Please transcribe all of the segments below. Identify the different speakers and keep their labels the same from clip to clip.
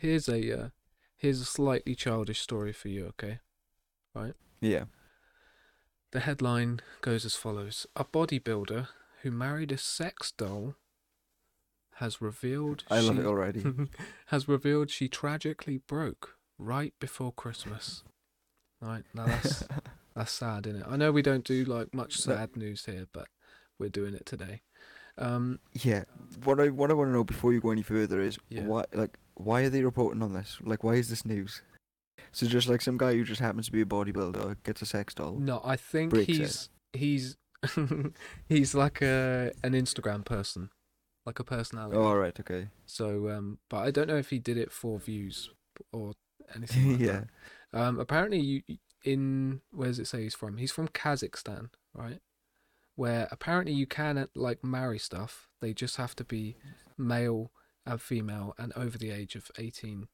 Speaker 1: here's a uh, here's a slightly childish story for you. Okay,
Speaker 2: Yeah.
Speaker 1: the headline goes as follows: A bodybuilder who married a sex doll has revealed
Speaker 2: I love
Speaker 1: she-
Speaker 2: it already.
Speaker 1: has revealed she tragically broke right before Christmas. Right now, that's that's sad, is it? I know we don't do like much
Speaker 2: No.
Speaker 1: sad news here, but we're doing it today. Um,
Speaker 2: yeah. What I what I want to know before you go any further is
Speaker 1: Yeah.
Speaker 2: why like why are they reporting on this? Like why is this news? So just like some guy who just happens to be a bodybuilder gets a sex doll.
Speaker 1: no, I think
Speaker 2: Breaks it.
Speaker 1: he's he's he's like a an Instagram person, like a personality.
Speaker 2: Oh, all right, okay.
Speaker 1: So, um, but I don't know if he did it for views or anything. Like
Speaker 2: yeah.
Speaker 1: That. Um, apparently, you in where does it say he's from? He's from Kazakhstan, right? Where apparently you can uh, like marry stuff. They just have to be male and female and over the age of eighteen,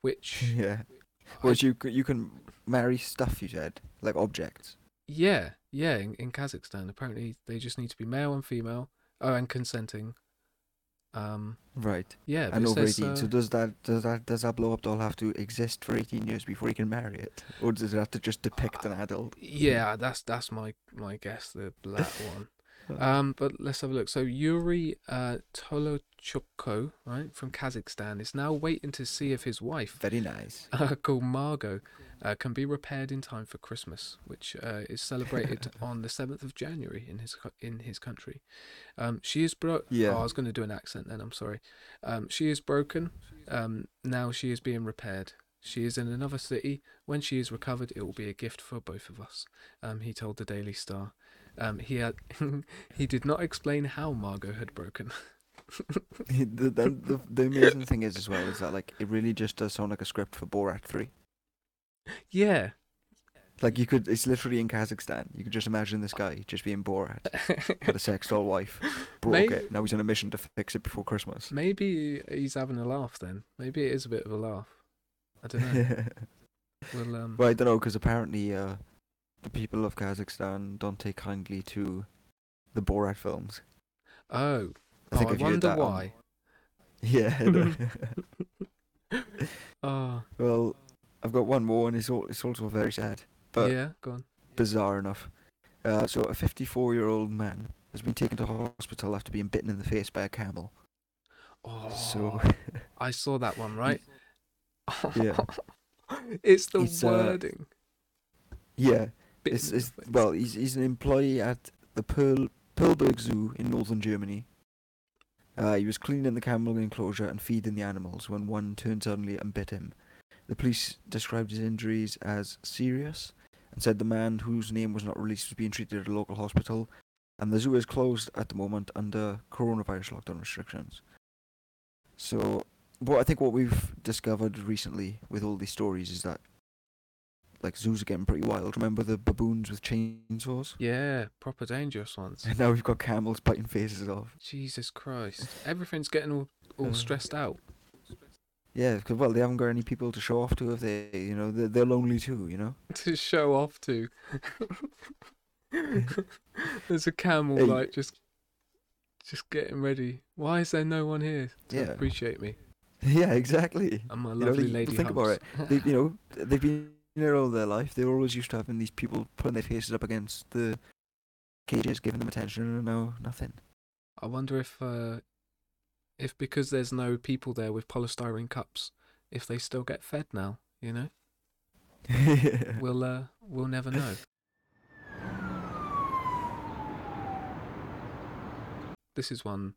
Speaker 1: which
Speaker 2: Yeah.
Speaker 1: I-
Speaker 2: Which you c- you can marry stuff you said like objects.
Speaker 1: Yeah, yeah, in, in Kazakhstan. Apparently, they just need to be male and female. Oh, and consenting. Um,
Speaker 2: Right.
Speaker 1: yeah, but
Speaker 2: and
Speaker 1: it
Speaker 2: over
Speaker 1: says,
Speaker 2: eighteen.
Speaker 1: uh,
Speaker 2: So does that does that does that blow up doll have to exist for eighteen years before he can marry it, or does it have to just depict an adult?
Speaker 1: yeah, that's that's my my guess. The that one. Um, but let's have a look. So Yuri uh, Tolochukko, right, from Kazakhstan, is now waiting to see if his wife,
Speaker 2: Very nice.
Speaker 1: uh, called Margot, uh, can be repaired in time for Christmas, which uh, is celebrated on the seventh of January in his co- in his country. Um, she is bro.
Speaker 2: Yeah.
Speaker 1: Oh, I was going to do an accent then. I'm sorry. Um, she is broken. Um, now she is being repaired. She is in another city. When she is recovered, it will be a gift for both of us. Um, he told the Daily Star. Um, he had he did not explain how Margot had broken.
Speaker 2: the, the, the, the amazing thing is as well is that like it really just does sound like a script for Borat three.
Speaker 1: yeah.
Speaker 2: Like you could, it's literally in Kazakhstan. You could just imagine this guy just being Borat, had a sex doll wife, broke
Speaker 1: Maybe-
Speaker 2: it. Now he's on a mission to fix it before Christmas.
Speaker 1: Maybe he's having a laugh then. Maybe it is a bit of a laugh. I don't know. Well, um,
Speaker 2: Well, I don't know because apparently uh, the people of Kazakhstan don't take kindly to the Borat films.
Speaker 1: oh,
Speaker 2: I
Speaker 1: oh,
Speaker 2: think
Speaker 1: I
Speaker 2: I've heard
Speaker 1: wonder
Speaker 2: that on-
Speaker 1: why.
Speaker 2: Yeah. I know.
Speaker 1: Oh,
Speaker 2: well, I've got one more, and it's all, it's also very sad, but
Speaker 1: yeah, go on.
Speaker 2: bizarre enough. Uh, so a 54-year-old man has been taken to hospital after being bitten in the face by a camel.
Speaker 1: Oh,
Speaker 2: So
Speaker 1: I saw that one, right?
Speaker 2: yeah,
Speaker 1: it's the
Speaker 2: It's, uh,
Speaker 1: wording.
Speaker 2: yeah.
Speaker 1: Bit
Speaker 2: It's,
Speaker 1: in the
Speaker 2: it's
Speaker 1: face.
Speaker 2: well, he's he's an employee at the Pearl Pearlberg Zoo in northern Germany. Uh, he was cleaning the camel enclosure and feeding the animals when one turned suddenly and bit him. The police described his injuries as serious and said the man whose name was not released was being treated at a local hospital, and the zoo is closed at the moment under coronavirus lockdown restrictions. So, what I think what we've discovered recently with all these stories is that like zoos are getting pretty wild. Remember the baboons with chainsaws?
Speaker 1: yeah, proper dangerous ones.
Speaker 2: And now we've got camels biting faces off.
Speaker 1: Jesus Christ. Everything's getting all, all
Speaker 2: Uh,
Speaker 1: stressed out.
Speaker 2: Yeah, 'cause, well, they haven't got any people to show off to if they, you know, they're, they're lonely too, you know?
Speaker 1: to show off to. There's a camel
Speaker 2: Hey.
Speaker 1: like just just getting ready. Why is there no one here to
Speaker 2: Yeah.
Speaker 1: appreciate me
Speaker 2: Yeah, exactly.
Speaker 1: and my
Speaker 2: know,
Speaker 1: lovely
Speaker 2: you- you
Speaker 1: lady
Speaker 2: think about
Speaker 1: humps?
Speaker 2: They, you know, they've been there all their life. They're always used to having these people putting their faces up against the cages, giving them attention, and no, nothing.
Speaker 1: I wonder if uh, if because there's no people there with polystyrene cups, if they still get fed now. You know, we'll uh, we'll never know. This is one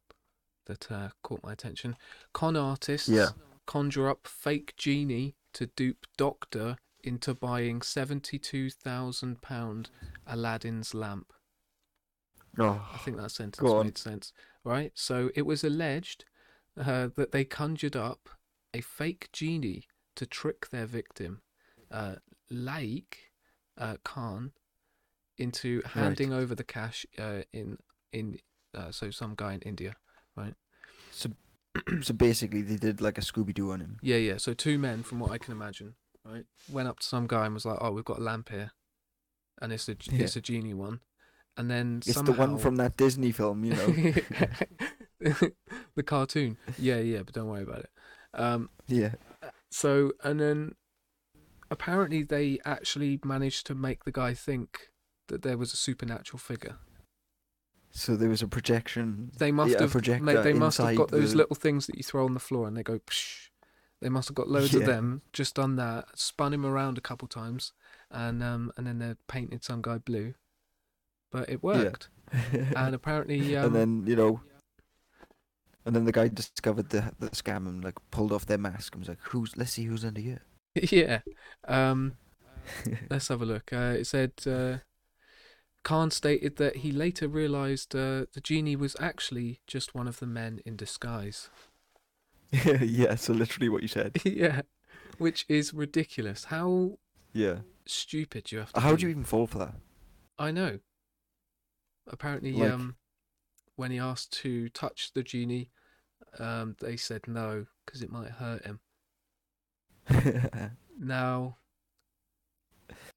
Speaker 1: that uh, caught my attention. Con artists
Speaker 2: Yeah.
Speaker 1: conjure up fake genie to dupe doctor into buying seventy-two thousand pound Aladdin's lamp.
Speaker 2: oh,
Speaker 1: I think that sentence
Speaker 2: Go on.
Speaker 1: made sense, right? So it was alleged uh, that they conjured up a fake genie to trick their victim, uh, Laik uh, Khan, into handing over the cash uh, in in uh, so some guy in India.
Speaker 2: so, so basically, they did like a Scooby Doo on him.
Speaker 1: Yeah, yeah. So two men, from what I can imagine, right, went up to some guy and was like, "Oh, we've got a lamp here, and it's a
Speaker 2: Yeah.
Speaker 1: it's a genie one," and then
Speaker 2: It's
Speaker 1: somehow
Speaker 2: the one from that Disney film, you know?
Speaker 1: the cartoon. Yeah, yeah, but don't worry about it. Um,
Speaker 2: Yeah.
Speaker 1: so, and then apparently they actually managed to make the guy think that there was a supernatural figure.
Speaker 2: So there was a projection.
Speaker 1: They must
Speaker 2: yeah, a
Speaker 1: have
Speaker 2: projector
Speaker 1: mate, they must have
Speaker 2: inside
Speaker 1: got those
Speaker 2: the-
Speaker 1: little things that you throw on the floor and they go psh. They must have got loads of
Speaker 2: Yeah.
Speaker 1: them, just done that, spun him around a couple times, and um, and then they painted some guy blue. But it worked, and apparently, um,
Speaker 2: and then you know, and then the guy discovered the the scam and like pulled off their mask and was like, "Who's? Let's see who's under here."
Speaker 1: yeah, um, Let's have a look. Uh, it said uh, Khan stated that he later realized uh, the genie was actually just one of the men in disguise.
Speaker 2: yeah. So literally what you said.
Speaker 1: yeah, which is ridiculous. How
Speaker 2: Yeah.
Speaker 1: stupid you have to.
Speaker 2: How
Speaker 1: be.
Speaker 2: do you even fall for that?
Speaker 1: I know. Apparently,
Speaker 2: Like-
Speaker 1: um, when he asked to touch the genie, um, they said no because it might hurt him. Now,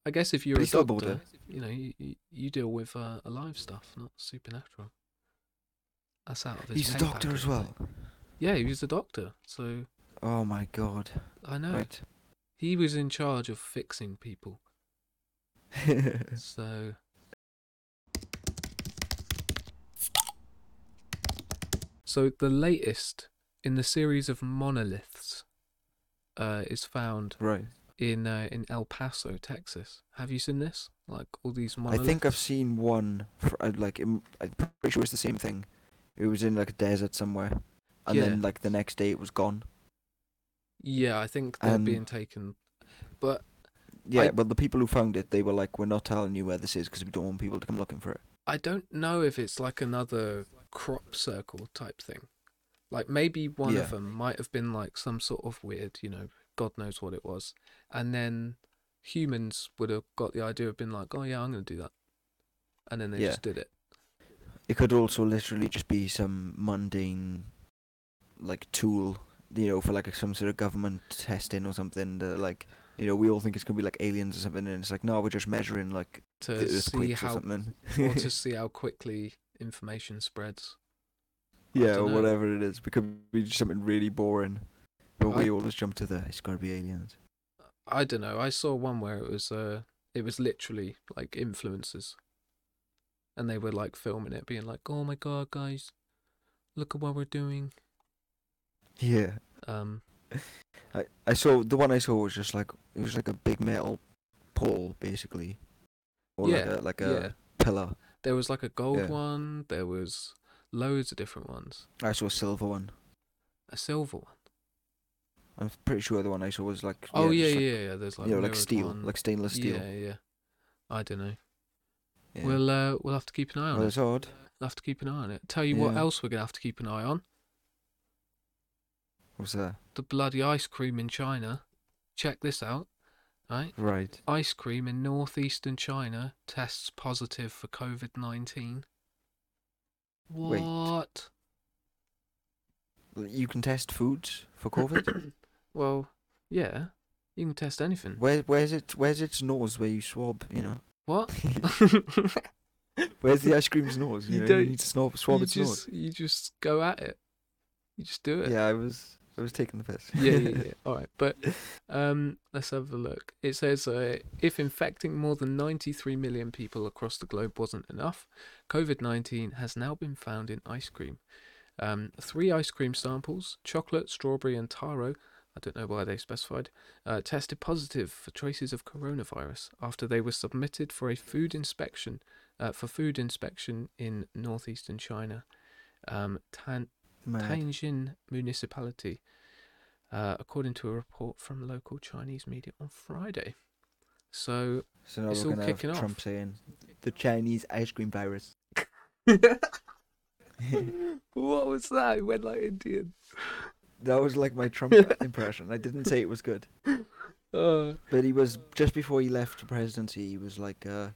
Speaker 1: I guess if you're
Speaker 2: But
Speaker 1: a
Speaker 2: he's still bored,
Speaker 1: doctor, you know, you, you- you deal with uh, alive stuff, not supernatural. That's out of his
Speaker 2: He's
Speaker 1: pay
Speaker 2: a doctor
Speaker 1: packet,
Speaker 2: as
Speaker 1: isn't
Speaker 2: well.
Speaker 1: it? Yeah, he was a doctor, so
Speaker 2: Oh my god.
Speaker 1: I know
Speaker 2: Right.
Speaker 1: he was in charge of fixing people. So So the latest in the series of monoliths uh, is found
Speaker 2: right.
Speaker 1: in uh, in El Paso, Texas. Have you seen this? Like all these
Speaker 2: I
Speaker 1: monoliths.
Speaker 2: think I've seen one. For, I- like im- I'm pretty sure it's the same thing. It was in like a desert somewhere, and
Speaker 1: Yeah.
Speaker 2: then like the next day it was gone.
Speaker 1: Yeah, I think they're
Speaker 2: Um,
Speaker 1: being taken. But
Speaker 2: Yeah,
Speaker 1: I-
Speaker 2: well, the people who found it, they were like, "We're not telling you where this is because we don't want people to come looking for it."
Speaker 1: I don't know if it's like another crop circle type thing. Like maybe one
Speaker 2: Yeah.
Speaker 1: of them might have been like some sort of weird, you know, God knows what it was. And then humans would have got the idea of being like, oh yeah, I'm going to do that. And then they
Speaker 2: Yeah.
Speaker 1: just did it.
Speaker 2: It could also literally just be some mundane, like tool, you know, for like some sort of government testing or something. That, like, you know, we all think it's gonna be like aliens or something, and it's like, no, we're just measuring like the
Speaker 1: To see
Speaker 2: earthquakes or
Speaker 1: how,
Speaker 2: something.
Speaker 1: or to see how quickly information spreads. I
Speaker 2: Yeah, or
Speaker 1: dunno.
Speaker 2: whatever it is. It could be just something really boring. But
Speaker 1: I-
Speaker 2: we always jump to the it's gotta be aliens.
Speaker 1: I don't know. I saw one where it was uh it was literally like influencers. And they were like filming it being like, "Oh my god, guys, look at what we're doing."
Speaker 2: Yeah.
Speaker 1: Um
Speaker 2: I, I saw the one I saw was just like it was like a big metal pole basically. Or
Speaker 1: Yeah,
Speaker 2: like a like
Speaker 1: yeah.
Speaker 2: a pillar.
Speaker 1: There was like a gold
Speaker 2: Yeah.
Speaker 1: one, there was loads of different ones.
Speaker 2: I saw a silver one.
Speaker 1: A silver one.
Speaker 2: I'm pretty sure the one I saw was like
Speaker 1: oh yeah,
Speaker 2: just
Speaker 1: yeah,
Speaker 2: like,
Speaker 1: yeah, There's like
Speaker 2: you know, like
Speaker 1: mirrored
Speaker 2: steel.
Speaker 1: one.
Speaker 2: Like stainless steel.
Speaker 1: Yeah, yeah. I don't know.
Speaker 2: yeah.
Speaker 1: We'll uh we'll have to keep an eye on
Speaker 2: well,
Speaker 1: it.
Speaker 2: it's odd.
Speaker 1: We'll have to keep an eye on it. Tell you what
Speaker 2: Yeah.
Speaker 1: else we're gonna have to keep an eye on.
Speaker 2: What's that?
Speaker 1: The bloody ice cream in China. Check this out. Right?
Speaker 2: Right.
Speaker 1: ice cream in northeastern China tests positive for COVID 19.
Speaker 2: Wait.
Speaker 1: What?
Speaker 2: You can test foods for COVID?
Speaker 1: well, yeah, you can test anything.
Speaker 2: Where where's it where's its nose where you swab, you know?
Speaker 1: What?
Speaker 2: Where's the ice cream's nose? You,
Speaker 1: You
Speaker 2: know, you
Speaker 1: don't-
Speaker 2: need to snob, swab
Speaker 1: you,
Speaker 2: its nose.
Speaker 1: just, you just go at it. You just do it.
Speaker 2: Yeah, I was I was taking the piss.
Speaker 1: yeah, yeah, yeah. All right, but um, let's have a look. It says uh, if infecting more than 93 million people across the globe wasn't enough, COVID 19 has now been found in ice cream. Um, three ice cream samples, chocolate, strawberry, and taro, I don't know why they specified, uh, tested positive for traces of coronavirus after they were submitted for a food inspection uh, for food inspection in northeastern China. Um, Tan-
Speaker 2: Mad.
Speaker 1: Tianjin municipality, uh, according to a report from local Chinese media on Friday. So,
Speaker 2: So now
Speaker 1: It's all
Speaker 2: we're gonna
Speaker 1: kicking
Speaker 2: have Trump
Speaker 1: off.
Speaker 2: saying the Chinese ice cream virus.
Speaker 1: what was that? It went like Indian.
Speaker 2: That was like my Trump impression. I didn't say it was good,
Speaker 1: Uh,
Speaker 2: but he was just before he left the presidency. He was like, uh,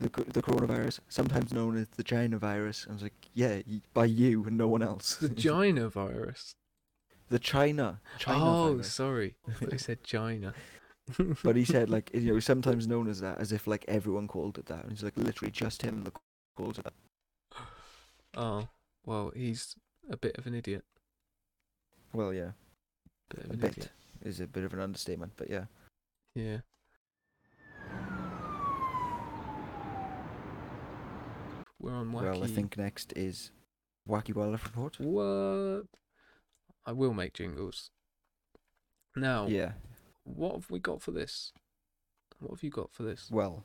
Speaker 2: the co- the coronavirus, sometimes known as the China virus. I was like, yeah, y- by you and no one else.
Speaker 1: the China virus.
Speaker 2: the China, China
Speaker 1: oh,
Speaker 2: virus.
Speaker 1: sorry. I thought you said China.
Speaker 2: But he said like you know sometimes known as that, as if like everyone called it that. And he's like literally just him that called it that.
Speaker 1: Oh, well, he's a bit of an idiot.
Speaker 2: Well, yeah.
Speaker 1: Bit of
Speaker 2: A
Speaker 1: an
Speaker 2: bit.
Speaker 1: idiot.
Speaker 2: Is a bit of an understatement, but yeah.
Speaker 1: Yeah. We're on wacky.
Speaker 2: Well, I think next is Wacky Wildlife Report.
Speaker 1: What? I will make jingles. Now,
Speaker 2: Yeah.
Speaker 1: what have we got for this? What have you got for this?
Speaker 2: Well,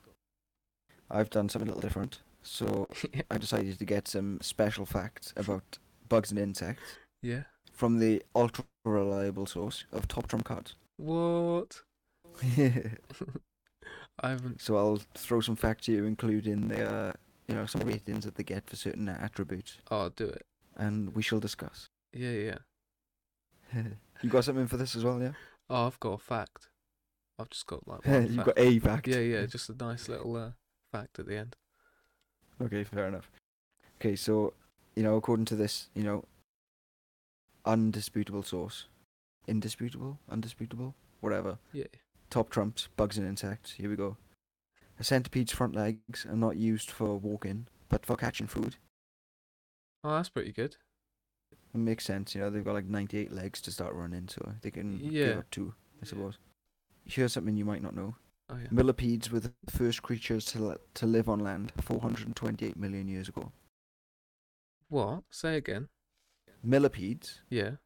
Speaker 2: I've done something a little different. So
Speaker 1: yeah.
Speaker 2: I decided to get some special facts about bugs and insects
Speaker 1: yeah.
Speaker 2: from the ultra reliable source of Top Trump Cards.
Speaker 1: What? I haven't.
Speaker 2: so I'll throw some facts here, including their, you know, some ratings that they get for certain attributes,
Speaker 1: Oh, do it.
Speaker 2: and we shall discuss.
Speaker 1: Yeah, yeah.
Speaker 2: you got something for this as well, yeah?
Speaker 1: Oh, I've got a fact. I've just got like. one
Speaker 2: You've
Speaker 1: fact.
Speaker 2: got a fact.
Speaker 1: Yeah, yeah. Just a nice little uh, fact at the end.
Speaker 2: Okay, fair enough. Okay, so you know, according to this, you know, undisputable source, indisputable, undisputable, whatever.
Speaker 1: Yeah.
Speaker 2: Top trumps bugs and insects. Here we go. A centipede's front legs are not used for walking, but for catching food.
Speaker 1: Oh, that's pretty good.
Speaker 2: It makes sense, you know. They've got like 98 legs to start running, so they can
Speaker 1: Yeah.
Speaker 2: give up two, I suppose. Here's something you might not know:
Speaker 1: Oh yeah.
Speaker 2: millipedes were the first creatures to li- to live on land 428 million years ago.
Speaker 1: What? Say again.
Speaker 2: Millipedes
Speaker 1: Yeah.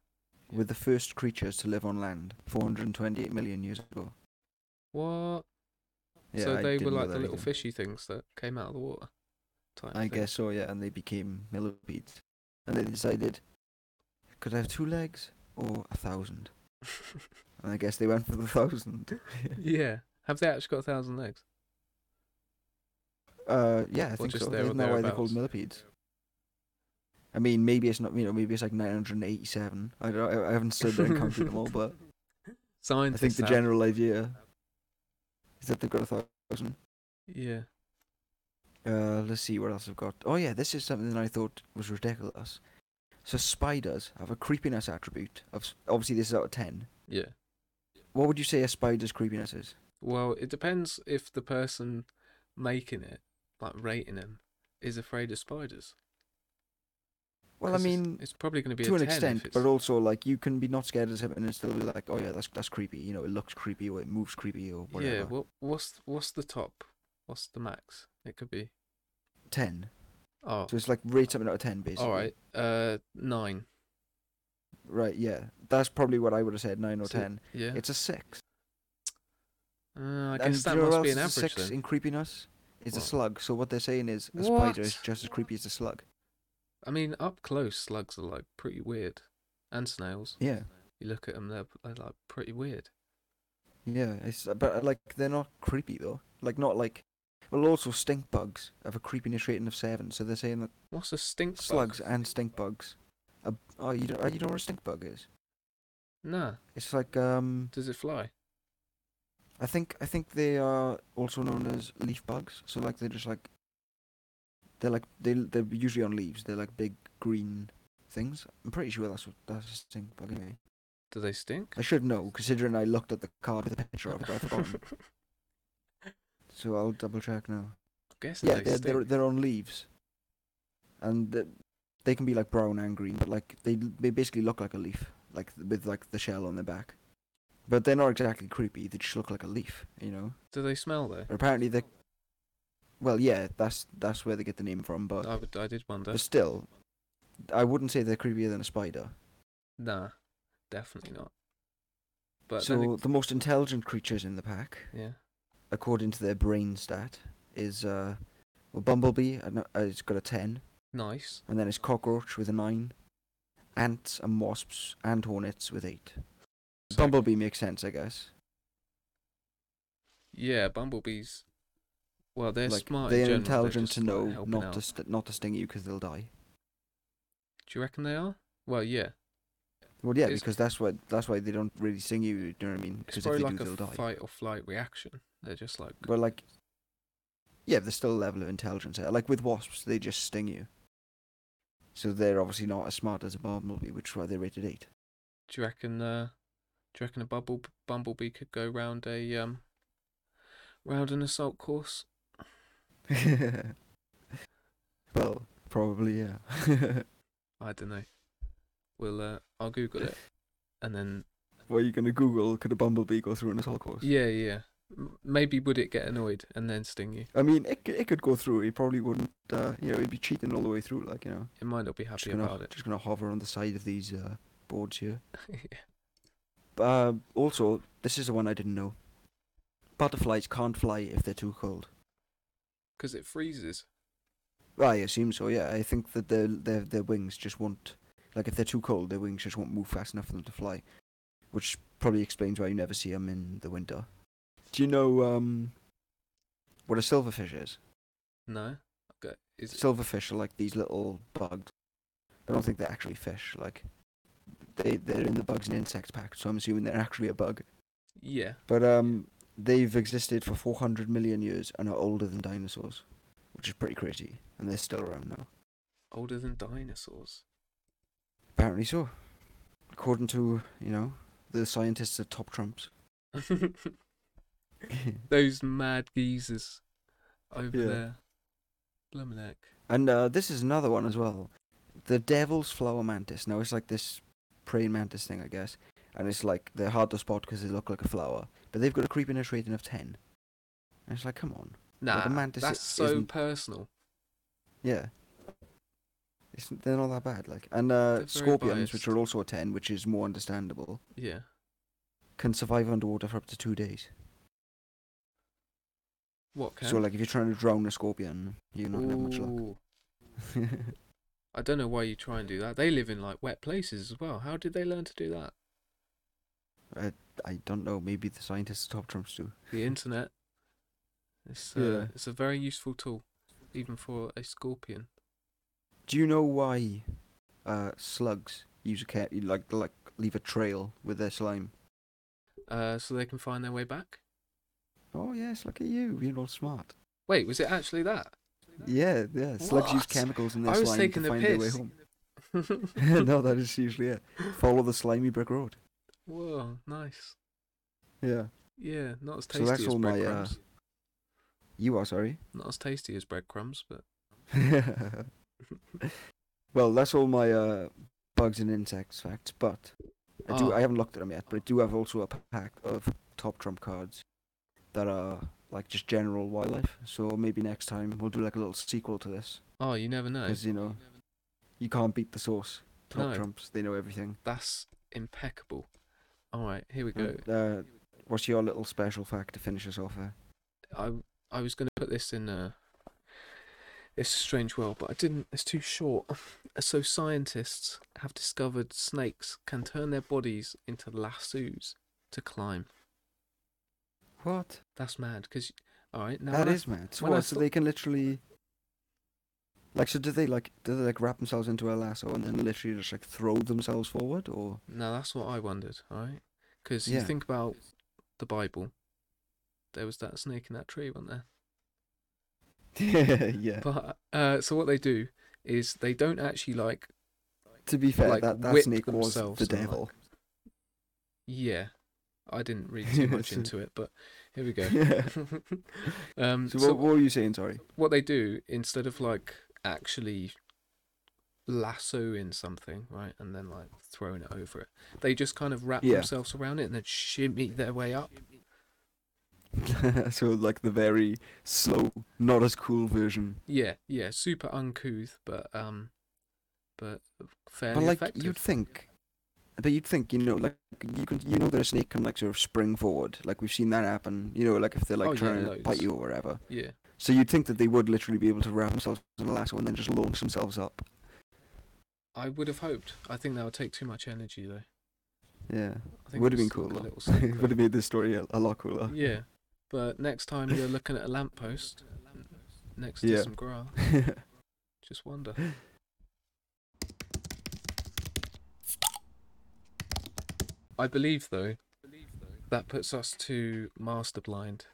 Speaker 2: were the first creatures to live on land 428 million years ago.
Speaker 1: What?
Speaker 2: Yeah,
Speaker 1: so
Speaker 2: I
Speaker 1: they
Speaker 2: didn't
Speaker 1: were
Speaker 2: know
Speaker 1: like
Speaker 2: that
Speaker 1: the little
Speaker 2: either.
Speaker 1: fishy things that came out of the water. Type
Speaker 2: I
Speaker 1: thing.
Speaker 2: guess so, yeah, and they became millipedes. And they decided, could I have two legs or a thousand? And I guess they went for the thousand.
Speaker 1: yeah. Have they actually got a thousand legs?
Speaker 2: Uh, yeah, I think
Speaker 1: just
Speaker 2: so.
Speaker 1: there or
Speaker 2: Isn't that why they're
Speaker 1: thereabouts.
Speaker 2: called millipedes? I mean, maybe it's not, you know, maybe it's like 987. I don't know, I- I haven't stood there and counted them all, but I
Speaker 1: Scientists.
Speaker 2: think the
Speaker 1: have.
Speaker 2: general idea is that they've got a thousand.
Speaker 1: Yeah.
Speaker 2: Uh, let's see what else I've got. Oh yeah, this is something that I thought was ridiculous. So spiders have a creepiness attribute of s- obviously this is out of ten.
Speaker 1: Yeah.
Speaker 2: What would you say a spider's creepiness is?
Speaker 1: Well, it depends if the person making it, like rating him, is afraid of spiders.
Speaker 2: Well, I
Speaker 1: 'Cause it's-
Speaker 2: mean,
Speaker 1: it's, probably going to be
Speaker 2: to
Speaker 1: a
Speaker 2: an
Speaker 1: 10 if
Speaker 2: extent,
Speaker 1: it's-
Speaker 2: but also like you can be not scared of something and still be like, oh yeah, that's that's creepy. You know, it looks creepy or it moves creepy or whatever.
Speaker 1: yeah. What? What's what's the top? What's the max? It could be.
Speaker 2: Ten.
Speaker 1: Oh.
Speaker 2: So it's like rate something out of ten basically.
Speaker 1: All right. Uh, nine.
Speaker 2: Right. Yeah. That's probably what I would have said, nine or
Speaker 1: So,
Speaker 2: ten.
Speaker 1: Yeah.
Speaker 2: It's a six.
Speaker 1: Uh, I
Speaker 2: and
Speaker 1: guess
Speaker 2: do
Speaker 1: that
Speaker 2: you know
Speaker 1: must
Speaker 2: what
Speaker 1: be an
Speaker 2: else is a
Speaker 1: average
Speaker 2: six
Speaker 1: then.
Speaker 2: in creepiness. It's a
Speaker 1: What?
Speaker 2: slug. So what they're saying is a spider is
Speaker 1: What?
Speaker 2: just as creepy as a slug.
Speaker 1: I mean, up close, slugs are like pretty weird, and snails.
Speaker 2: Yeah,
Speaker 1: You look at them, they're, they're like pretty weird.
Speaker 2: yeah. It's but uh, like they're not creepy though. Like not like. Well, also stink bugs have a creepiness rating of seven, so they're saying that
Speaker 1: What's a stink bug?
Speaker 2: slugs and stink bugs. Are, oh, you don't, oh, you don't know what a stink bug is?
Speaker 1: Nah.
Speaker 2: It's like um,
Speaker 1: Does it fly?
Speaker 2: I think I think they are also known as leaf bugs. So like they're just like. They're like they they're usually on leaves. They're like big green things. I'm pretty sure that's what that's a stink bug anyway.
Speaker 1: Do they stink?
Speaker 2: I should know considering I looked at the card with a picture of it. But I forgot. so I'll double check now.
Speaker 1: guess
Speaker 2: Yeah,
Speaker 1: they
Speaker 2: they're,
Speaker 1: stink.
Speaker 2: they're they're on leaves, and the, they can be like brown and green, but like they they basically look like a leaf, like with like the shell on their back. But they're not exactly creepy. They just look like a leaf, you know.
Speaker 1: Do they smell though?
Speaker 2: But apparently they, well, yeah, that's that's where they get the name from. But
Speaker 1: I, would, I did wonder.
Speaker 2: but still, I wouldn't say they're creepier than a spider.
Speaker 1: Nah, definitely not. But then
Speaker 2: so the most intelligent creatures in the pack,
Speaker 1: it- yeah,
Speaker 2: according to their brain stat, is uh, well, bumblebee. I know- uh, It's got a ten.
Speaker 1: nice.
Speaker 2: and then it's cockroach with a nine, ants and wasps and hornets with eight.
Speaker 1: So-
Speaker 2: Bumblebee makes sense, I guess.
Speaker 1: Yeah, bumblebees. Well, they're
Speaker 2: like
Speaker 1: smart. in
Speaker 2: they're
Speaker 1: general,
Speaker 2: intelligent
Speaker 1: just,
Speaker 2: to
Speaker 1: like,
Speaker 2: know
Speaker 1: helping
Speaker 2: not
Speaker 1: out.
Speaker 2: to st- not to sting you because they'll die.
Speaker 1: Do you reckon they are? Well, yeah.
Speaker 2: Well, yeah,
Speaker 1: It's-
Speaker 2: because that's why that's why they don't really sting you. You know what I mean?
Speaker 1: It's
Speaker 2: Because if
Speaker 1: probably
Speaker 2: they
Speaker 1: like
Speaker 2: do, they'll
Speaker 1: a
Speaker 2: die.
Speaker 1: fight or flight reaction. They're just like
Speaker 2: But like, yeah, there's still a level of intelligence there. Like with wasps, they just sting you. So they're obviously not as smart as a bumblebee, which is why they're rated eight.
Speaker 1: Do you reckon? Uh, do you reckon a bubble bumblebee could go round a um, round an assault course?
Speaker 2: well, probably yeah.
Speaker 1: I don't know. We'll uh, I'll Google it, and then
Speaker 2: What are you going to Google? Could a bumblebee go through an assault course?
Speaker 1: Yeah, yeah. M- Maybe would it get annoyed and then sting you?
Speaker 2: I mean, it, c- it could go through. He probably wouldn't. Uh, you know, he'd be cheating all the way through. Like you know,
Speaker 1: It might not be happy
Speaker 2: just gonna
Speaker 1: about it.
Speaker 2: just gonna hover on the side of these uh, boards here.
Speaker 1: Yeah.
Speaker 2: Uh, also, this is the one I didn't know. Butterflies can't fly if they're too cold.
Speaker 1: Because it freezes.
Speaker 2: I assume so. Yeah, I think that their their their wings just won't. Like if they're too cold, their wings just won't move fast enough for them to fly, which probably explains why you never see them in the winter. Do you know um, what a silverfish is?
Speaker 1: No. Okay. Is it-
Speaker 2: silverfish are like these little bugs. I don't think they're actually fish. Like they they're in the bugs and insects pack, so I'm assuming they're actually a bug.
Speaker 1: yeah.
Speaker 2: But um, they've existed for 400 million years and are older than dinosaurs, which is pretty crazy. And they're still around now.
Speaker 1: Older than dinosaurs.
Speaker 2: Apparently so. According to you know the scientists at Top Trumps.
Speaker 1: Those mad geezers over
Speaker 2: Yeah.
Speaker 1: there. Blimey neck.
Speaker 2: And uh, this is another one as well. The devil's flower mantis. Now it's like this praying mantis thing, I guess. And it's like they're hard to spot because they look like a flower, but they've got a creepiness rating of ten. And it's like, come on,
Speaker 1: Nah,
Speaker 2: a mantis
Speaker 1: that's so
Speaker 2: i- isn't-
Speaker 1: personal.
Speaker 2: yeah. It's, they're not that bad, like. And uh,
Speaker 1: very
Speaker 2: scorpions, which
Speaker 1: biased.
Speaker 2: are also a ten, which is more understandable,
Speaker 1: Yeah.
Speaker 2: can survive underwater for up to two days.
Speaker 1: What can?
Speaker 2: So like, if you're trying to drown a scorpion, you're not gonna have much luck.
Speaker 1: Ooh. I don't know why you try and do that. They live in like wet places as well. How did they learn to do that?
Speaker 2: I don't know. Maybe the scientists at Top Trumps do.
Speaker 1: The internet. It's uh,
Speaker 2: Yeah.
Speaker 1: it's a very useful tool, even for a scorpion.
Speaker 2: Do you know why uh, slugs use a cat like like leave a trail with their slime?
Speaker 1: Uh, so they can find their way back.
Speaker 2: Oh yes, look at you. You're all smart.
Speaker 1: Wait, was it actually that?
Speaker 2: Yeah, yeah. Slugs use
Speaker 1: What?
Speaker 2: chemicals in their
Speaker 1: I was
Speaker 2: slime
Speaker 1: taking the
Speaker 2: to find
Speaker 1: piss.
Speaker 2: their way home. no, that is usually it. Follow the slimy brick road.
Speaker 1: Whoa, nice.
Speaker 2: Yeah.
Speaker 1: Yeah, not as
Speaker 2: So
Speaker 1: tasty
Speaker 2: that's
Speaker 1: as
Speaker 2: all my, uh,
Speaker 1: breadcrumbs.
Speaker 2: You are sorry.
Speaker 1: Not as tasty as breadcrumbs, but
Speaker 2: well, that's all my uh, bugs and insects facts, but I do
Speaker 1: Oh.
Speaker 2: I haven't looked at them yet, but I do have also a pack of top trump cards that are like just general wildlife. So maybe next time we'll do like a little sequel to this
Speaker 1: oh, you never know.
Speaker 2: because you know you can't beat the source. Top
Speaker 1: No.
Speaker 2: trumps, they know everything.
Speaker 1: That's impeccable. All right, here we go.
Speaker 2: Uh, what's your little special fact to finish us off? There?
Speaker 1: I I was going to put this in uh, It's a Strange World, but I didn't. It's too short. So scientists have discovered snakes can turn their bodies into lassos to climb.
Speaker 2: What?
Speaker 1: That's mad. Because all right, now
Speaker 2: that
Speaker 1: when I-
Speaker 2: is mad. So,
Speaker 1: when I
Speaker 2: what, so
Speaker 1: thought-
Speaker 2: they can literally like so do they like do they like wrap themselves into a lasso and then literally just like throw themselves forward or
Speaker 1: now that's what I wondered. All right, because
Speaker 2: Yeah.
Speaker 1: you think about the Bible. There was that snake in that tree, wasn't there?
Speaker 2: yeah.
Speaker 1: But uh, so what they do is they don't actually like
Speaker 2: To be fair,
Speaker 1: like,
Speaker 2: that, that
Speaker 1: whip
Speaker 2: snake was
Speaker 1: themselves
Speaker 2: the
Speaker 1: and, like,
Speaker 2: devil.
Speaker 1: yeah. I didn't read too much
Speaker 2: So-
Speaker 1: into it, but here we go.
Speaker 2: Yeah.
Speaker 1: um,
Speaker 2: So,
Speaker 1: so
Speaker 2: what, what were you saying? Sorry.
Speaker 1: what they do instead of like actually lassoing something right and then like throwing it over it they just kind of wrap
Speaker 2: Yeah.
Speaker 1: themselves around it and then shimmy their way up
Speaker 2: so like the very slow, not as cool version.
Speaker 1: yeah yeah super uncouth but um but fairly
Speaker 2: but like
Speaker 1: effective
Speaker 2: you'd think, but you'd think you know like you can you know that a snake can like sort of spring forward. Like we've seen that happen. You know, like if they're like
Speaker 1: Oh, yeah,
Speaker 2: trying to
Speaker 1: loads.
Speaker 2: bite you or whatever.
Speaker 1: yeah
Speaker 2: So you'd think that they would literally be able to wrap themselves in a lasso and then just launch themselves up.
Speaker 1: i would have hoped i think that would take too much energy though
Speaker 2: Yeah,
Speaker 1: i think
Speaker 2: would have
Speaker 1: we'll
Speaker 2: been
Speaker 1: still get a
Speaker 2: cooler.
Speaker 1: little snake
Speaker 2: would have made this story a, a lot cooler.
Speaker 1: there. yeah but next time you're looking at a lamppost next to
Speaker 2: Yeah.
Speaker 1: some grass just wonder I believe though that puts us to Master Blind.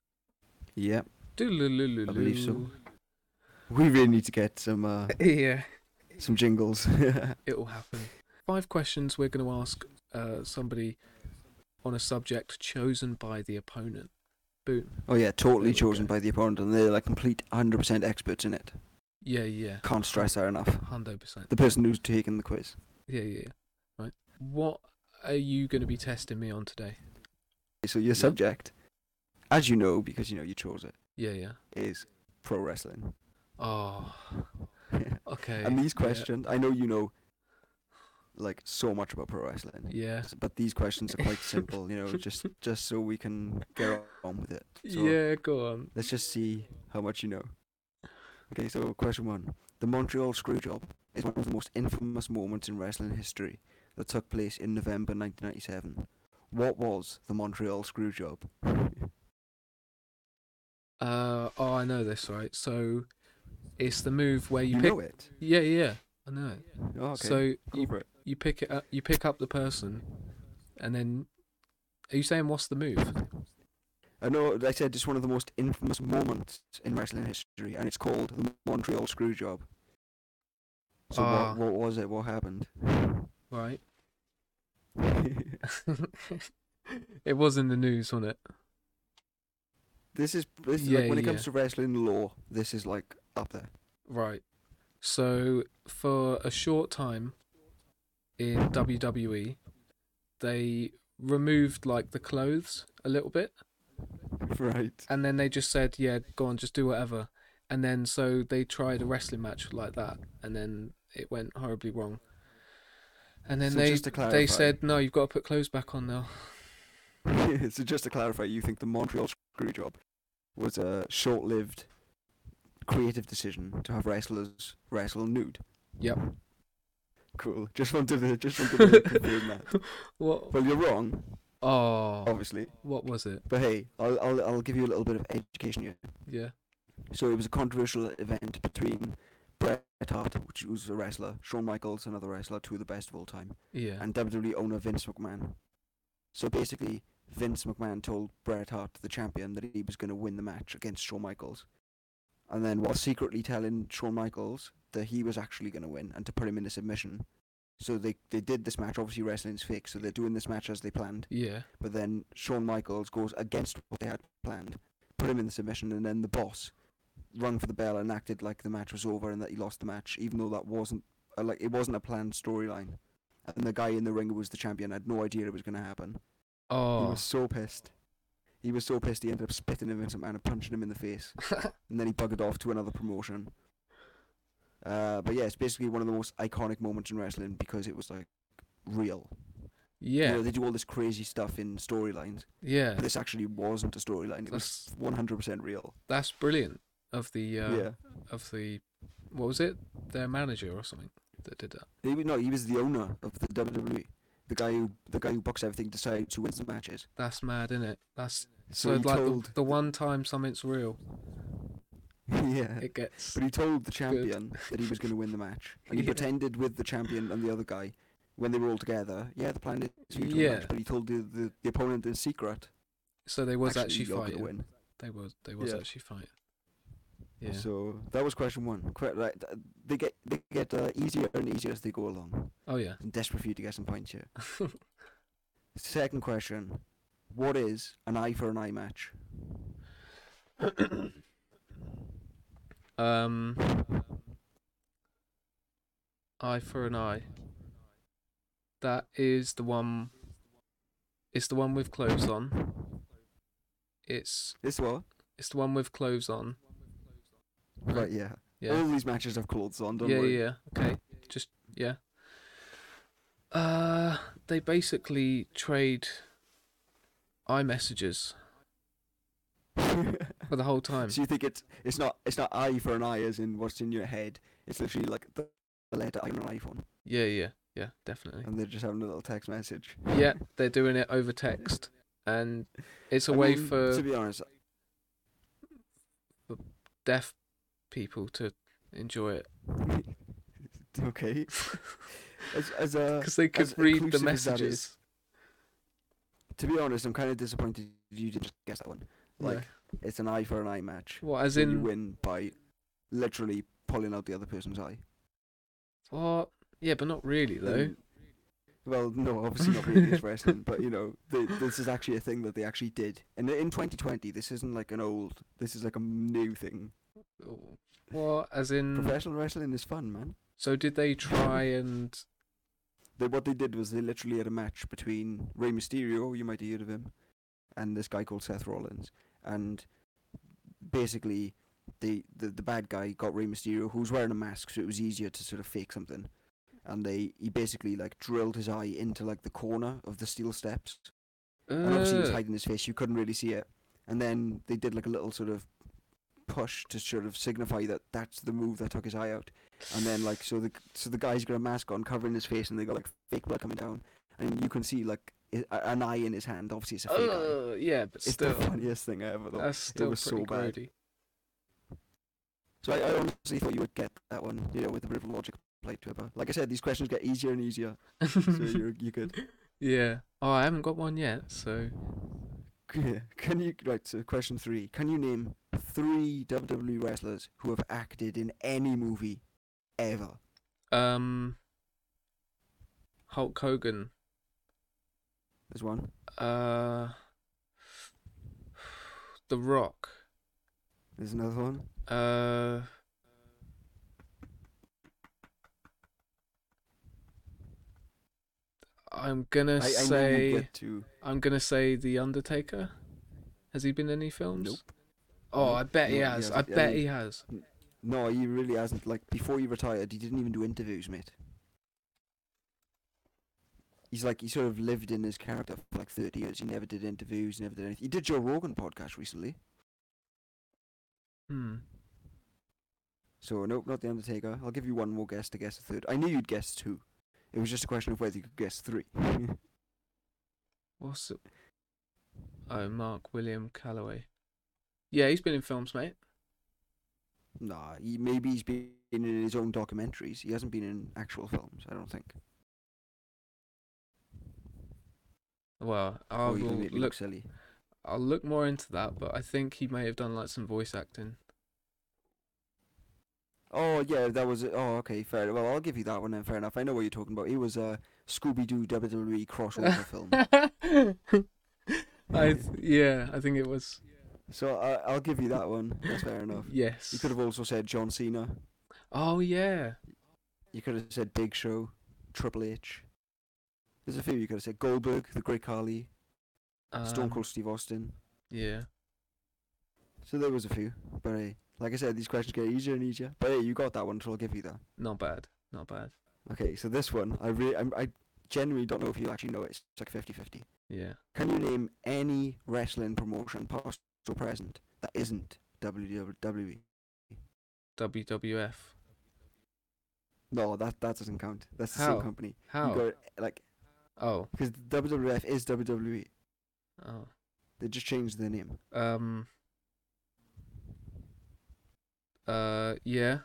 Speaker 2: yeah,
Speaker 1: Doodle-loo-loo-loo-loo.
Speaker 2: I believe so. we really need to get some uh,
Speaker 1: Yeah,
Speaker 2: some jingles.
Speaker 1: it'll happen. Five questions we're going to ask uh, somebody on a subject chosen by the opponent. Boom.
Speaker 2: oh yeah, totally
Speaker 1: we
Speaker 2: chosen
Speaker 1: go.
Speaker 2: by the opponent, and they're like complete hundred percent experts in it.
Speaker 1: Yeah, yeah.
Speaker 2: Can't stress that enough.
Speaker 1: Hundo percent.
Speaker 2: The person who's taking the quiz.
Speaker 1: Yeah, yeah, yeah. Right. What are you going to be testing me on today?
Speaker 2: So your subject, as you know, because you know you chose it,
Speaker 1: Yeah, yeah.
Speaker 2: is pro wrestling.
Speaker 1: Oh, okay.
Speaker 2: and these
Speaker 1: Eh, yeah,
Speaker 2: questions, I know you know, like so much about pro wrestling.
Speaker 1: Yeah.
Speaker 2: But these questions are quite simple, you know, just just so we can get on with it. So
Speaker 1: yeah, go on.
Speaker 2: let's just see how much you know. Okay, so question one. The Montreal Screwjob is one of the most infamous moments in wrestling history that took place in November 1997. What was the Montreal Screwjob?
Speaker 1: Uh, oh, I know this, right? So it's the move where you,
Speaker 2: you
Speaker 1: pick.
Speaker 2: know it.
Speaker 1: Yeah, yeah, yeah. I know it.
Speaker 2: Oh, okay.
Speaker 1: So
Speaker 2: Go
Speaker 1: you,
Speaker 2: for it.
Speaker 1: you pick it up. You pick up the person, and then are you saying what's the move?
Speaker 2: I know, like I said, it's one of the most infamous moments in wrestling history, and it's called the Montreal Screwjob. So
Speaker 1: Ah.
Speaker 2: what, what was it? What happened?
Speaker 1: Right. it was in the news, wasn't it?
Speaker 2: this is, this is
Speaker 1: Yeah,
Speaker 2: like, when it
Speaker 1: yeah.
Speaker 2: comes to wrestling law, this is like up there.
Speaker 1: Right. So for a short time in WWE, they removed like the clothes a little bit,
Speaker 2: Right.
Speaker 1: and then they just said, "Yeah, go on, just do whatever." And then so they tried a wrestling match like that, and then it went horribly wrong. And then
Speaker 2: So
Speaker 1: they
Speaker 2: just to clarify-
Speaker 1: they said, "No, you've got to put clothes back on now."
Speaker 2: so just to clarify, you think the Montreal Screwjob was a short-lived creative decision to have wrestlers wrestle nude?
Speaker 1: Yep.
Speaker 2: Cool. Just wanted to just wanted to confirm that.
Speaker 1: What?
Speaker 2: Well, you're wrong,
Speaker 1: Oh,
Speaker 2: obviously.
Speaker 1: what was it?
Speaker 2: But hey, I'll I'll, I'll give you a little bit of education here.
Speaker 1: Yeah.
Speaker 2: So it was a controversial event between Bret Hart, which was a wrestler, Shawn Michaels, another wrestler, two of the best of all time,
Speaker 1: Yeah.
Speaker 2: and WWE owner Vince McMahon. So basically, Vince McMahon told Bret Hart, the champion, that he was going to win the match against Shawn Michaels. And then, while secretly telling Shawn Michaels that he was actually going to win and to put him in a submission. So they, they did this match. Obviously, wrestling's fake, so they're doing this match as they planned.
Speaker 1: Yeah.
Speaker 2: But then Shawn Michaels goes against what they had planned, put him in the submission, and then the boss rung for the bell and acted like the match was over and that he lost the match, even though that wasn't uh, like it wasn't a planned storyline. And the guy in the ring who was the champion had no idea it was going to happen. He
Speaker 1: Oh.
Speaker 2: was so pissed. He was so pissed he ended up spitting him in some man and punching him in the face, and then he buggered off to another promotion. Uh, but yeah, it's basically one of the most iconic moments in wrestling because it was like real. You
Speaker 1: yeah.
Speaker 2: know, they do all this crazy stuff in storylines,
Speaker 1: Yeah.
Speaker 2: but this actually wasn't a storyline. It was
Speaker 1: That's
Speaker 2: one hundred percent real.
Speaker 1: that's brilliant of the uh,
Speaker 2: yeah.
Speaker 1: of the what was it their manager or something that did that.
Speaker 2: He, wa- no, he was the owner of the WWE. The guy who the guy who books everything decides who wins the matches.
Speaker 1: That's mad, isn't it? That's so,
Speaker 2: So, he
Speaker 1: like the,
Speaker 2: told
Speaker 1: the one time something's real,
Speaker 2: yeah.
Speaker 1: it gets
Speaker 2: But he told the champion that he was going to win the match, and he
Speaker 1: Yeah.
Speaker 2: pretended with the champion and the other guy when they were all together. Yeah, the plan is for you to win the
Speaker 1: Yeah.
Speaker 2: match, but he told the, the, the opponent in secret.
Speaker 1: so they was actually,
Speaker 2: you're going to
Speaker 1: fighting.
Speaker 2: win.
Speaker 1: They was they was
Speaker 2: Yeah.
Speaker 1: actually fighting. Yeah.
Speaker 2: So that was question one. Que- right, th- they get they get uh, easier and easier as they go along.
Speaker 1: oh yeah.
Speaker 2: I'm desperate for you to get some points here. Second question: What is an eye for an eye match?
Speaker 1: um. Eye for an eye. That is the one. It's the one with clothes on. It's
Speaker 2: This what?
Speaker 1: it's the one with clothes on.
Speaker 2: Right, yeah.
Speaker 1: Yeah.
Speaker 2: All these matches have clothes on, don't
Speaker 1: yeah,
Speaker 2: worry.
Speaker 1: yeah, yeah. Okay. Just yeah. Uh they basically trade iMessages for the whole time.
Speaker 2: so you think it's it's not it's not eye for an eye as in what's in your head. It's literally like the, the letter I on an iPhone.
Speaker 1: Yeah, yeah, yeah, definitely.
Speaker 2: And they're just having a little text message.
Speaker 1: Yeah, they're doing it over text and it's a
Speaker 2: I
Speaker 1: way
Speaker 2: mean, to
Speaker 1: for
Speaker 2: be honest,
Speaker 1: deaf people to enjoy it
Speaker 2: okay. As as a
Speaker 1: because they could
Speaker 2: as
Speaker 1: read the
Speaker 2: inclusive as that is,
Speaker 1: messages.
Speaker 2: to be honest, I'm kinda disappointed you didn't guess that one.
Speaker 1: Yeah.
Speaker 2: Like it's an eye for an eye match.
Speaker 1: what as
Speaker 2: so you
Speaker 1: in
Speaker 2: win by literally pulling out the other person's eye.
Speaker 1: what? Yeah, but not really though.
Speaker 2: And- well, no, obviously not really it's wrestling, but you know, th this is actually a thing that they actually did. And in 2020, this isn't like an old. This is like a new thing.
Speaker 1: What as in Hmm.
Speaker 2: Professional wrestling is fun, man.
Speaker 1: So did they try and
Speaker 2: They, what they did was they literally had a match between Rey Mysterio, you might have heard of him, and this guy called Seth Rollins. And basically, the, the, the bad guy got Rey Mysterio, who was wearing a mask, so it was easier to sort of fake something. And they he basically like drilled his eye into like the corner of the steel steps, and obviously he was
Speaker 1: Uh,
Speaker 2: hiding his face. You couldn't really see it. And then they did like a little sort of push to sort of signify that that's the move that took his eye out. And then like so the so the guy's got a mask on covering his face, and they got like fake blood coming down, and you can see like i- a- an eye in his hand. Obviously, it's a fake eye.
Speaker 1: uh, yeah, but
Speaker 2: It's
Speaker 1: still,
Speaker 2: the funniest thing I ever thought.
Speaker 1: that's still
Speaker 2: was so
Speaker 1: pretty
Speaker 2: bad.
Speaker 1: grody.
Speaker 2: So I, I honestly thought you would get that one, you know, with a bit of logic applied to it. But like I said, these questions get easier and easier, so you're you could.
Speaker 1: yeah. Oh, I haven't got one yet, so
Speaker 2: Yeah. Can you right? So question three: Can you name three WWE wrestlers who have acted in any movie ever?
Speaker 1: um, Hulk Hogan.
Speaker 2: There's one.
Speaker 1: Uh, The Rock.
Speaker 2: There's another one.
Speaker 1: Uh, I'm gonna
Speaker 2: I, I know
Speaker 1: say
Speaker 2: you get to.
Speaker 1: I'm gonna say The Undertaker. Has he been in any films?
Speaker 2: Nope.
Speaker 1: Oh,
Speaker 2: Nope.
Speaker 1: I bet he
Speaker 2: No, he
Speaker 1: has. I
Speaker 2: hasn't. I
Speaker 1: bet
Speaker 2: mean-
Speaker 1: he has.
Speaker 2: No, he really hasn't. Like before he retired, he didn't even do interviews, mate. He's like he sort of lived in his character for like 30 years. He never did interviews, never did anything. He did Joe Rogan podcast recently.
Speaker 1: Hmm.
Speaker 2: So nope, not the Undertaker. I'll give you one more guess to guess a third. I knew you'd guess two. It was just a question of whether you could guess three.
Speaker 1: What's it? Oh, Mark William Calloway. Yeah, he's been in films, mate.
Speaker 2: Nah, he, maybe he's been in his own documentaries. He hasn't been in actual films, I don't think.
Speaker 1: Well, I
Speaker 2: Oh,
Speaker 1: will
Speaker 2: make me
Speaker 1: look.
Speaker 2: silly.
Speaker 1: I'll look more into that, but I think he may have done like some voice acting.
Speaker 2: Oh yeah, that was. Oh okay, fair. Well, I'll give you that one. Then fair enough. I know what you're talking about. It was a Scooby Doo WWE E crossover film.
Speaker 1: I th- yeah, I think it was.
Speaker 2: So I, I'll give you that one. That's fair enough.
Speaker 1: Yes.
Speaker 2: You could have also said John Cena.
Speaker 1: Oh yeah.
Speaker 2: You could have said Big Show, Triple H. There's a few you could have said Goldberg, the Great Khali, Stone
Speaker 1: Um,
Speaker 2: Cold Steve Austin.
Speaker 1: Yeah.
Speaker 2: So there was a few. But hey, like I said, these questions get easier and easier. But hey, you got that one, so I'll give you that.
Speaker 1: Not bad. Not bad.
Speaker 2: Okay, so this one, I really, I'm, I genuinely don't know if you actually know it. It's like 50-50.
Speaker 1: Yeah.
Speaker 2: Can you name any wrestling promotion, past or present, that isn't E? WWE?
Speaker 1: WWF.
Speaker 2: No, that that doesn't count. That's the
Speaker 1: How?
Speaker 2: same company.
Speaker 1: How?
Speaker 2: You got like
Speaker 1: oh.
Speaker 2: because WWF is WWE.
Speaker 1: Oh.
Speaker 2: They just changed their name.
Speaker 1: Um. Uh. Yeah.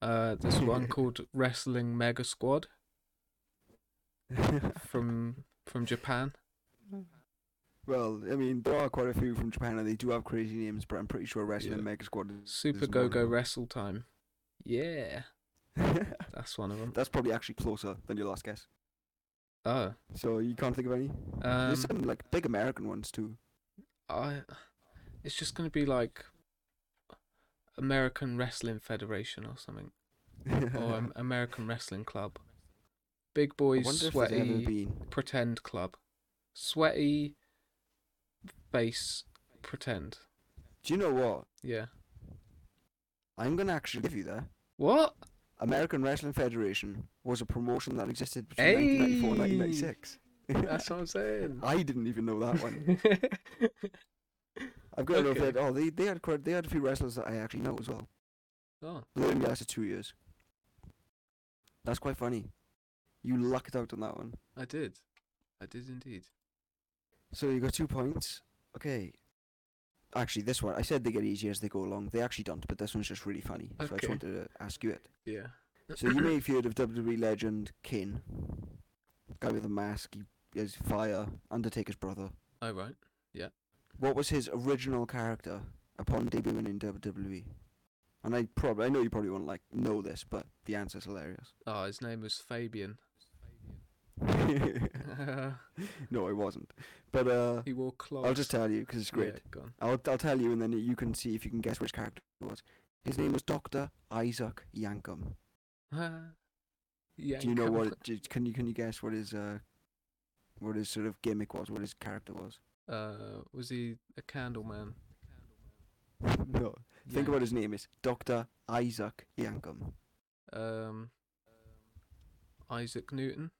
Speaker 1: Uh. This one called Wrestling Mega Squad from from Japan.
Speaker 2: well, I mean, there are quite a few from Japan, and they do have crazy names. But I'm pretty sure Wrestling
Speaker 1: Yeah.
Speaker 2: Mega Squad is
Speaker 1: Super
Speaker 2: There's
Speaker 1: Go
Speaker 2: one.
Speaker 1: Go Wrestle Time. Yeah. That's one of them.
Speaker 2: That's probably actually closer than your last guess.
Speaker 1: Oh.
Speaker 2: So you can't think of any.
Speaker 1: Um.
Speaker 2: There's some like big American ones too.
Speaker 1: I. It's just gonna be like. American Wrestling Federation or something, or um, American Wrestling Club. Big
Speaker 2: I
Speaker 1: boys
Speaker 2: wonder if there's
Speaker 1: sweaty.
Speaker 2: ever been.
Speaker 1: pretend club. Sweaty face pretend.
Speaker 2: Do you know what?
Speaker 1: Yeah.
Speaker 2: I'm gonna actually give you that.
Speaker 1: What?
Speaker 2: American Wrestling Federation was a promotion that existed between
Speaker 1: Hey!
Speaker 2: 1994 and 1996.
Speaker 1: That's what I'm saying.
Speaker 2: I didn't even know that one. I've got to know
Speaker 1: Okay.
Speaker 2: that. Oh, they they had quite, they had a few wrestlers that I actually know as well.
Speaker 1: oh,
Speaker 2: They only lasted two years. That's quite funny. You lucked out on that one.
Speaker 1: I did. I did indeed.
Speaker 2: So you got two points. Okay. Actually, this one I said they get easier as they go along. They actually don't, but this one's just really funny. So I
Speaker 1: Okay.
Speaker 2: just wanted to ask you it.
Speaker 1: Yeah.
Speaker 2: So you may have heard of WWE E legend Kane, guy with a mask. He is fire, Undertaker's brother.
Speaker 1: Oh, right.
Speaker 2: What was his original character upon debuting in WWE? And I probably, I know you probably won't like know this, but the answer's hilarious.
Speaker 1: Oh, his name was Fabian.
Speaker 2: no, it wasn't. But uh,
Speaker 1: he wore clogs.
Speaker 2: I'll just tell you because it's great.
Speaker 1: Yeah, go on.
Speaker 2: I'll I'll tell you, and then you can see if you can guess which character it was. His name was Doctor Isaac Yankum.
Speaker 1: Yeah.
Speaker 2: Do you know
Speaker 1: Khan-
Speaker 2: what? do- Can you can you guess what his uh, what his sort of gimmick was? What his character was?
Speaker 1: Uh, was he a candle man?
Speaker 2: no. Think
Speaker 1: Yeah.
Speaker 2: about his name is Doctor Isaac Yankum.
Speaker 1: Um, Isaac Newton.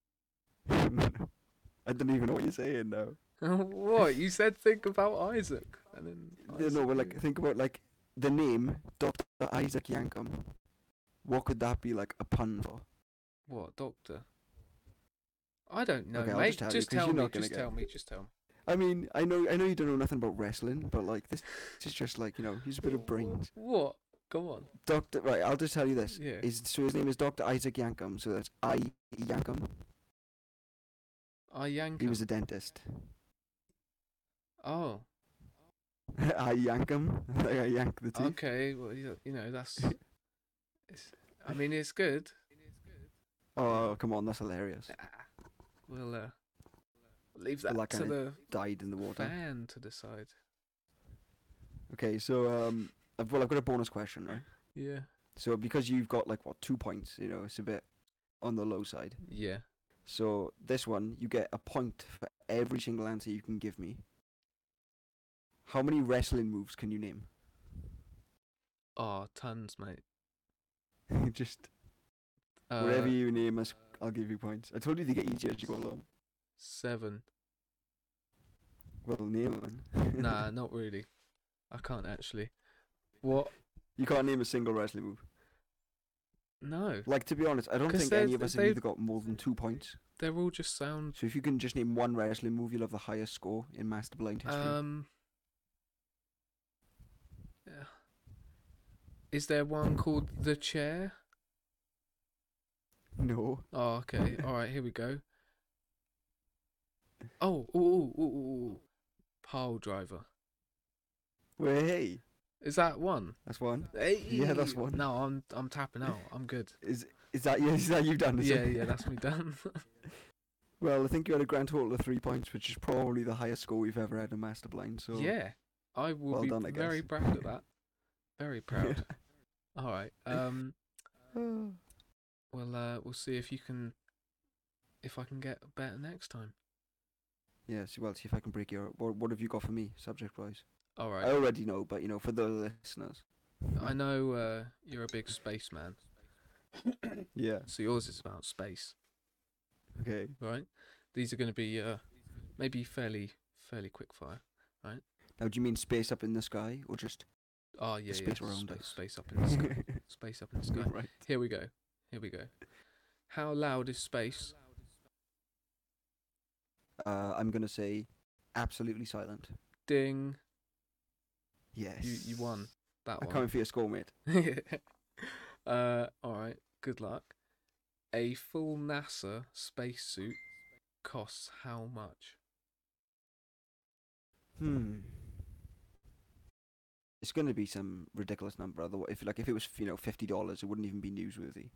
Speaker 2: I don't even know what you're saying
Speaker 1: Oh,
Speaker 2: now.
Speaker 1: what you said? Think about Isaac, and then
Speaker 2: No, no,
Speaker 1: Isaac
Speaker 2: but
Speaker 1: Newton.
Speaker 2: like think about like the name Doctor Isaac Yankum. What could that be like a pun for?
Speaker 1: What doctor? I don't know,
Speaker 2: Okay, I'll
Speaker 1: mate.
Speaker 2: just
Speaker 1: Just, tell
Speaker 2: tell you, 'cause you're
Speaker 1: me.
Speaker 2: not gonna
Speaker 1: Just
Speaker 2: get
Speaker 1: tell
Speaker 2: it.
Speaker 1: me. Just tell me.
Speaker 2: I mean, I know, I know you don't know nothing about wrestling, but like this, this is just like you know, use a bit of brains.
Speaker 1: What? Go on.
Speaker 2: Doctor, right? I'll just tell you this.
Speaker 1: Yeah.
Speaker 2: Is so his name is Doctor Isaac Yankum. So that's I Yankum.
Speaker 1: I yank.
Speaker 2: He
Speaker 1: him.
Speaker 2: was a dentist.
Speaker 1: Oh,
Speaker 2: I yank him. Like I yank the
Speaker 1: Oh.
Speaker 2: teeth.
Speaker 1: okay. Well, you you know that's. It's, I mean, it's good.
Speaker 2: Oh come on, that's hilarious.
Speaker 1: We'll uh, leave that
Speaker 2: Like
Speaker 1: to
Speaker 2: I-
Speaker 1: the
Speaker 2: Died in the water.
Speaker 1: fan to decide.
Speaker 2: Okay, so um, I've, well, I've got a bonus question, right?
Speaker 1: Yeah.
Speaker 2: So because you've got like what two points, you know, it's a bit on the low side.
Speaker 1: Yeah.
Speaker 2: So this one, you get a point for every single answer you can give me. How many wrestling moves can you name?
Speaker 1: Oh, tons, mate.
Speaker 2: Just
Speaker 1: Uh,
Speaker 2: whatever you name us, I'll give you points. I told you to get easier as you go along.
Speaker 1: Seven.
Speaker 2: Well, name one.
Speaker 1: Nah, not really. I can't actually. What?
Speaker 2: you can't name a single wrestling move.
Speaker 1: No.
Speaker 2: Like to be honest, I don't
Speaker 1: 'Cause
Speaker 2: think any
Speaker 1: there's-
Speaker 2: of us have either
Speaker 1: they've-
Speaker 2: got more than two points.
Speaker 1: They're all just sound.
Speaker 2: So if you can just name one wrestling move, you'll have the highest score in Master Blind history.
Speaker 1: Um. yeah. Is there one called the chair?
Speaker 2: no.
Speaker 1: Oh, okay. All right, here we go. Oh, ooh, ooh, ooh, ooh, ooh. pile driver.
Speaker 2: Well, hey,
Speaker 1: Is that one?
Speaker 2: that's one.
Speaker 1: Hey!
Speaker 2: that's one.
Speaker 1: No, I'm I'm tapping out. I'm good.
Speaker 2: Is is that yeah, is that you done? is
Speaker 1: yeah,
Speaker 2: it?
Speaker 1: yeah, that's me done.
Speaker 2: Well, I think you had a grand total of three points, which is probably the highest score we've ever had in Master Blind. So
Speaker 1: yeah, I will
Speaker 2: Well
Speaker 1: be
Speaker 2: done, I
Speaker 1: very
Speaker 2: guess.
Speaker 1: proud of that. Very proud. All right. Um. Well, uh, we'll see if you can, if I can get better next time.
Speaker 2: yeah. See, well, see if I can break your. What, what have you got for me, subject wise?
Speaker 1: All
Speaker 2: I
Speaker 1: right.
Speaker 2: already know, but you know, for the listeners.
Speaker 1: I know uh, you're a big spaceman,
Speaker 2: Yeah.
Speaker 1: so yours is about space,
Speaker 2: Okay.
Speaker 1: right? These are going to be uh, maybe fairly fairly quick fire.
Speaker 2: Now, do you mean space up in the sky or just?
Speaker 1: Oh yeah,
Speaker 2: space
Speaker 1: yeah.
Speaker 2: around
Speaker 1: spa-
Speaker 2: us.
Speaker 1: space up in the sky. space up in the sky.
Speaker 2: right.
Speaker 1: Here we go. Here we go. How loud is space?
Speaker 2: Uh, I'm gonna say, absolutely silent.
Speaker 1: Ding.
Speaker 2: Yes.
Speaker 1: You you won that
Speaker 2: I'm
Speaker 1: one.
Speaker 2: coming for your score, mate.
Speaker 1: uh, all right. Good luck. A full NASA spacesuit costs how much?
Speaker 2: Hmm. It's going to be some ridiculous number. Otherwise, if like if it was you know fifty dollars, it wouldn't even be newsworthy.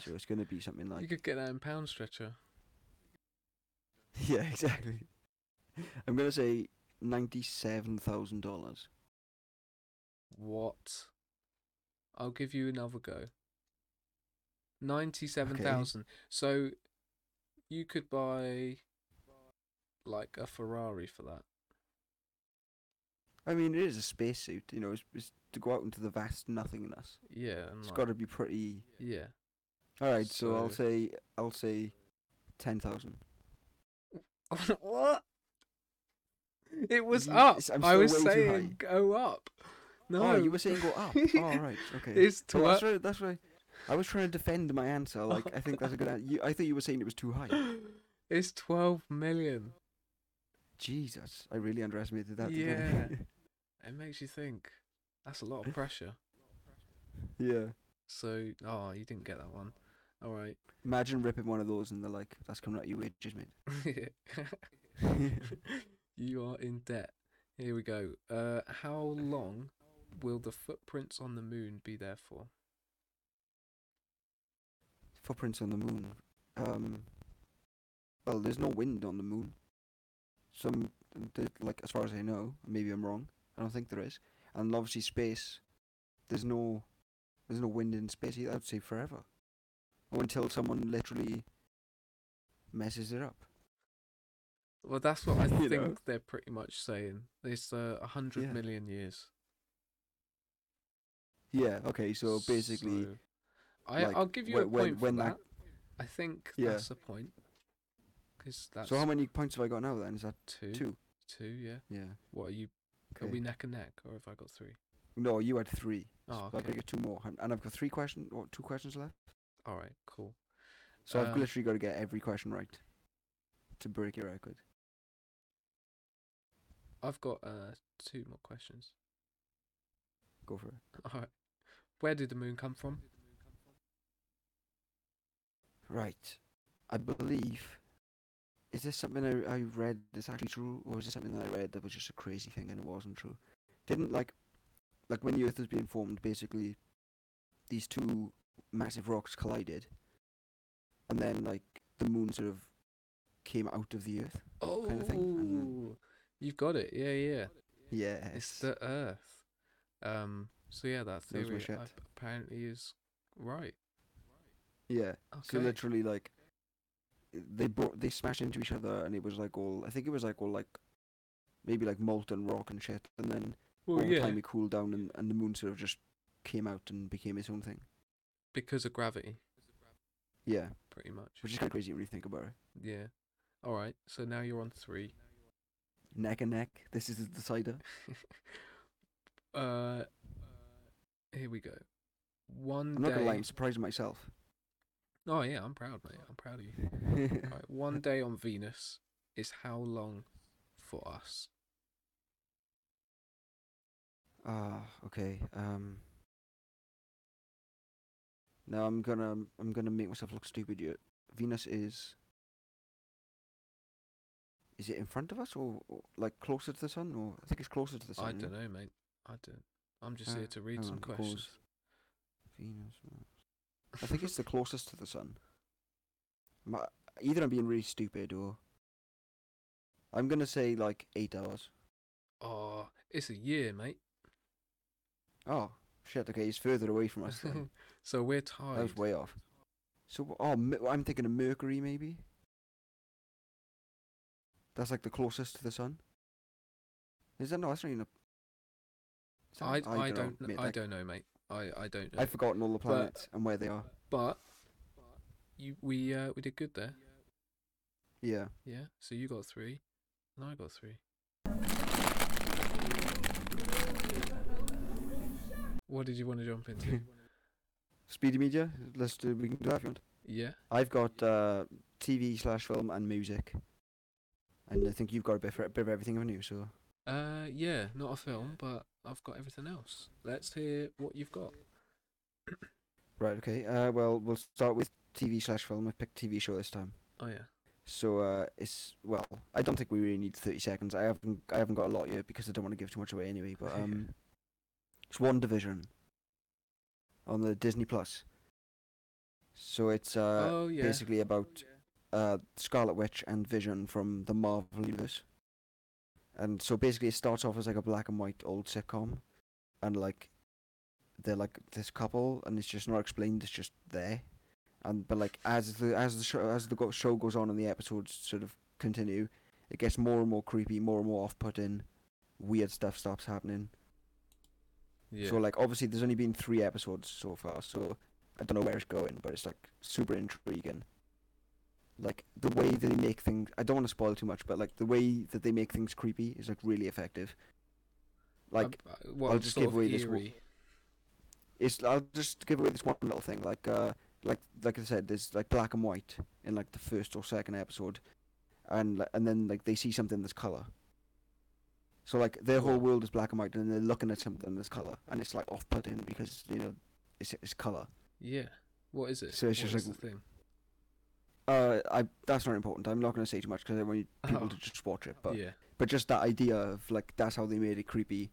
Speaker 2: So it's going to be something
Speaker 1: you
Speaker 2: like
Speaker 1: could get that in pound stretcher.
Speaker 2: yeah, exactly. I'm going to say ninety-seven thousand dollars.
Speaker 1: What? I'll give you another go. Ninety-seven thousand. So you could buy like a Ferrari for that.
Speaker 2: I mean, it is a spacesuit. You know, it's, it's to go out into the vast nothingness.
Speaker 1: Yeah, and
Speaker 2: It's
Speaker 1: like,
Speaker 2: got to be pretty.
Speaker 1: yeah.
Speaker 2: All right, so, I'll
Speaker 1: So-
Speaker 2: say I'll say ten thousand.
Speaker 1: what? It was
Speaker 2: You-
Speaker 1: up.
Speaker 2: it's- I'm
Speaker 1: I
Speaker 2: still
Speaker 1: was
Speaker 2: way too high.
Speaker 1: saying go up. No,
Speaker 2: Oh, you were saying go up. oh, right, okay.
Speaker 1: It's
Speaker 2: Well,
Speaker 1: too
Speaker 2: that's right. That's right. I was trying to defend my answer. Like I think that's a good. An- you, I thought you were saying it was too high.
Speaker 1: It's 12 million.
Speaker 2: Jesus, I really underestimated that. didn't
Speaker 1: It makes you think. That's a lot
Speaker 2: Eh?
Speaker 1: of pressure.
Speaker 2: I? yeah.
Speaker 1: So, oh, you didn't get that one. All right.
Speaker 2: Imagine ripping one of those and they're like, "That's coming out your wages, mate."
Speaker 1: you are in debt. Here we go. Uh, how long will the footprints on the moon be there for?
Speaker 2: Footprints on the moon. Um. Well, there's no wind on the moon. Some, th- like as far as I know, maybe I'm wrong. I don't think there is. And obviously, space. There's no, there's no wind in space. Either. I'd say forever. or until someone literally messes it up.
Speaker 1: Well, that's what I
Speaker 2: You
Speaker 1: think
Speaker 2: know?
Speaker 1: they're pretty much saying. It's uh, a hundred
Speaker 2: Yeah.
Speaker 1: million years.
Speaker 2: Yeah. Okay. So basically,
Speaker 1: So, I,
Speaker 2: like,
Speaker 1: I'll give you
Speaker 2: whe-
Speaker 1: a
Speaker 2: when-
Speaker 1: point
Speaker 2: when
Speaker 1: for
Speaker 2: that-
Speaker 1: that. I think
Speaker 2: Yeah.
Speaker 1: that's the point. Because
Speaker 2: so,
Speaker 1: that's
Speaker 2: how many points have I got now? Then is that
Speaker 1: two,
Speaker 2: two?
Speaker 1: two, yeah.
Speaker 2: Yeah.
Speaker 1: What are you?
Speaker 2: Okay.
Speaker 1: Are we neck and neck, or have I got three?
Speaker 2: No, you had three.
Speaker 1: Oh,
Speaker 2: So I've got
Speaker 1: okay.
Speaker 2: to get two more, and, and I've got three questions or two questions left.
Speaker 1: All right, cool.
Speaker 2: So I've
Speaker 1: Um,
Speaker 2: literally got to get every question right to break your record.
Speaker 1: I've got uh two more questions.
Speaker 2: Go for it.
Speaker 1: All right. Where did the moon come from?
Speaker 2: Right. I believe. Is this something I, I read that's actually true, or is this something that I read that was just a crazy thing and it wasn't true? Didn't like, like when the Earth was being formed, basically, these two massive rocks collided, and then like the moon sort of came out of the Earth.
Speaker 1: Oh,
Speaker 2: of thing, and-
Speaker 1: you've got it. Yeah, yeah.
Speaker 2: Yes.
Speaker 1: It's the Earth. Um. So yeah, that
Speaker 2: Knows my
Speaker 1: theory
Speaker 2: shit.
Speaker 1: ap- apparently is right.
Speaker 2: yeah.
Speaker 1: Okay.
Speaker 2: So literally, like, they brought they smashed into each other, and it was like all I think it was like all like, maybe like molten rock and shit, and then
Speaker 1: well,
Speaker 2: all the
Speaker 1: Oh, yeah,
Speaker 2: time it cooled down and, and the moon sort of just came out and became its own thing.
Speaker 1: because of gravity,
Speaker 2: Yeah,
Speaker 1: pretty much.
Speaker 2: which is kind of crazy when you think about it.
Speaker 1: Yeah. All right. So now you're on three.
Speaker 2: Neck and neck. This is the decider.
Speaker 1: Uh, here we go. One
Speaker 2: I'm not
Speaker 1: day.
Speaker 2: gonna lie, I'm surprised at myself.
Speaker 1: Oh yeah, I'm proud, mate. I'm proud of you. All right, one day on Venus is how long for us?
Speaker 2: Ah, okay. Um. Now I'm gonna I'm gonna make myself look stupid here. Venus is. Is it in front of us or, or like closer to the sun? Or I think it's closer to the sun.
Speaker 1: I don't know, mate. I don't. I'm just here
Speaker 2: Uh,
Speaker 1: to read
Speaker 2: hang
Speaker 1: some
Speaker 2: on, pause.
Speaker 1: questions.
Speaker 2: Venus. I think it's the closest to the sun. Am I- Either I'm being really stupid or. I'm gonna say like eight hours.
Speaker 1: Oh, it's a year, mate.
Speaker 2: Oh shit! Okay, it's further away from us. Then.
Speaker 1: so we're
Speaker 2: that was
Speaker 1: tied.
Speaker 2: way off. So oh, Mer- I'm thinking of Mercury maybe. That's like the closest to the sun. Is that no? That's not even. A... Is that-
Speaker 1: I, I,
Speaker 2: dunno,
Speaker 1: don't kn-
Speaker 2: mate,
Speaker 1: I
Speaker 2: like,
Speaker 1: don't know, mate. I, I don't know.
Speaker 2: I've forgotten all the planets and where they are.
Speaker 1: But you we uh we did good there.
Speaker 2: Yeah.
Speaker 1: Yeah. So you got three, and I got three. What did you want to jump into?
Speaker 2: Speedy media. Let's do. We can do that if you want.
Speaker 1: yeah.
Speaker 2: I've got uh, TV slash film and music, and I think you've got a bit, for, bit of everything, haven't you? So
Speaker 1: Uh yeah, not a film, but I've got everything else. Let's hear what you've got.
Speaker 2: right, okay. Uh, well, we'll start with TV slash film. I picked TV show this time.
Speaker 1: Oh yeah.
Speaker 2: So uh, it's well, I don't think we really need thirty seconds. I haven't I haven't got a lot yet because I don't want to give too much away anyway. But um, it's One Division on the Disney Plus. So it's uh,
Speaker 1: oh yeah.
Speaker 2: basically about uh, Scarlet Witch and Vision from the Marvel universe. And so basically, it starts off as like a black and white old sitcom, and like they're like this couple, and it's just not explained. It's just there, and but like as the as the show as the go- show goes on and the episodes sort of continue, it gets more and more creepy, more and more off-putting. Weird stuff starts happening.
Speaker 1: yeah.
Speaker 2: So like obviously there's only been three episodes so far, so I don't know where it's going, but it's like super intriguing. Like the way that they make things I don't want to spoil too much, but like the way that they make things creepy is like really effective. Like
Speaker 1: Um, uh, what
Speaker 2: I'll just
Speaker 1: sort
Speaker 2: give
Speaker 1: of
Speaker 2: away this wa-
Speaker 1: eerie-
Speaker 2: it's I'll just give away this one little thing. Like uh like like I said, there's like black and white in like the first or second episode, and li- and then like they see something that's color. So like their whole world is black and white, and they're looking at something that's color, and it's like off-putting because you know it's it's color.
Speaker 1: Yeah. What is it?
Speaker 2: So it's
Speaker 1: What
Speaker 2: just
Speaker 1: is
Speaker 2: like-
Speaker 1: the thing.
Speaker 2: Uh, I that's not important. I'm not going to say too much because I want you- people
Speaker 1: Oh.
Speaker 2: to just watch it. But
Speaker 1: yeah.
Speaker 2: but just that idea of like that's how they made it creepy.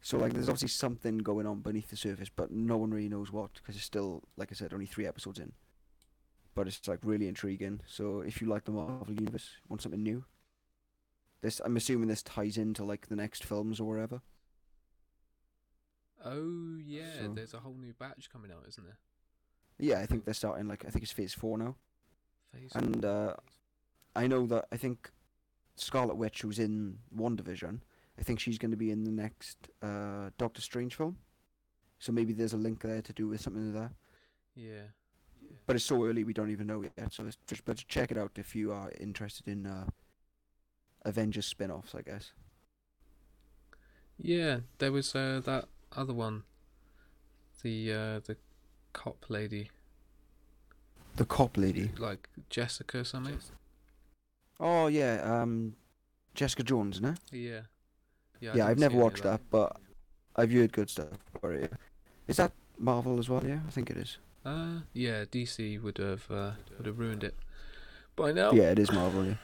Speaker 2: So like, there's obviously something going on beneath the surface, but no one really knows what because it's still, like I said, only three episodes in. But it's like really intriguing. So if you like the Marvel universe, want something new, this I'm assuming this ties into like the next films or whatever.
Speaker 1: Oh yeah.
Speaker 2: So-
Speaker 1: Oh, There's a whole new batch coming out, isn't there?
Speaker 2: Yeah, I think they're starting like I think it's phase four now.
Speaker 1: Phase
Speaker 2: And, uh, I know that I think Scarlet Witch, who's in One Division, I think she's going to be in the next uh, Doctor Strange film. So maybe there's a link there to do with something like that.
Speaker 1: yeah, yeah.
Speaker 2: But it's so early, we don't even know yet. So it's just better check it out if you are interested in uh, Avengers spin-offs, I guess.
Speaker 1: Yeah, there was uh, that other one, the uh, the cop lady,
Speaker 2: The cop lady.
Speaker 1: like Jessica or something.
Speaker 2: Oh yeah, um, Jessica Jones, isn't it?
Speaker 1: Yeah, yeah. I
Speaker 2: yeah,
Speaker 1: didn't
Speaker 2: I've
Speaker 1: see
Speaker 2: never
Speaker 1: any of
Speaker 2: watched that, but I've heard good stuff about it. Is that Marvel as well? Yeah, I think it is.
Speaker 1: Uh, yeah, DC would have uh, would have ruined it by now.
Speaker 2: Yeah, it is Marvel. Yeah,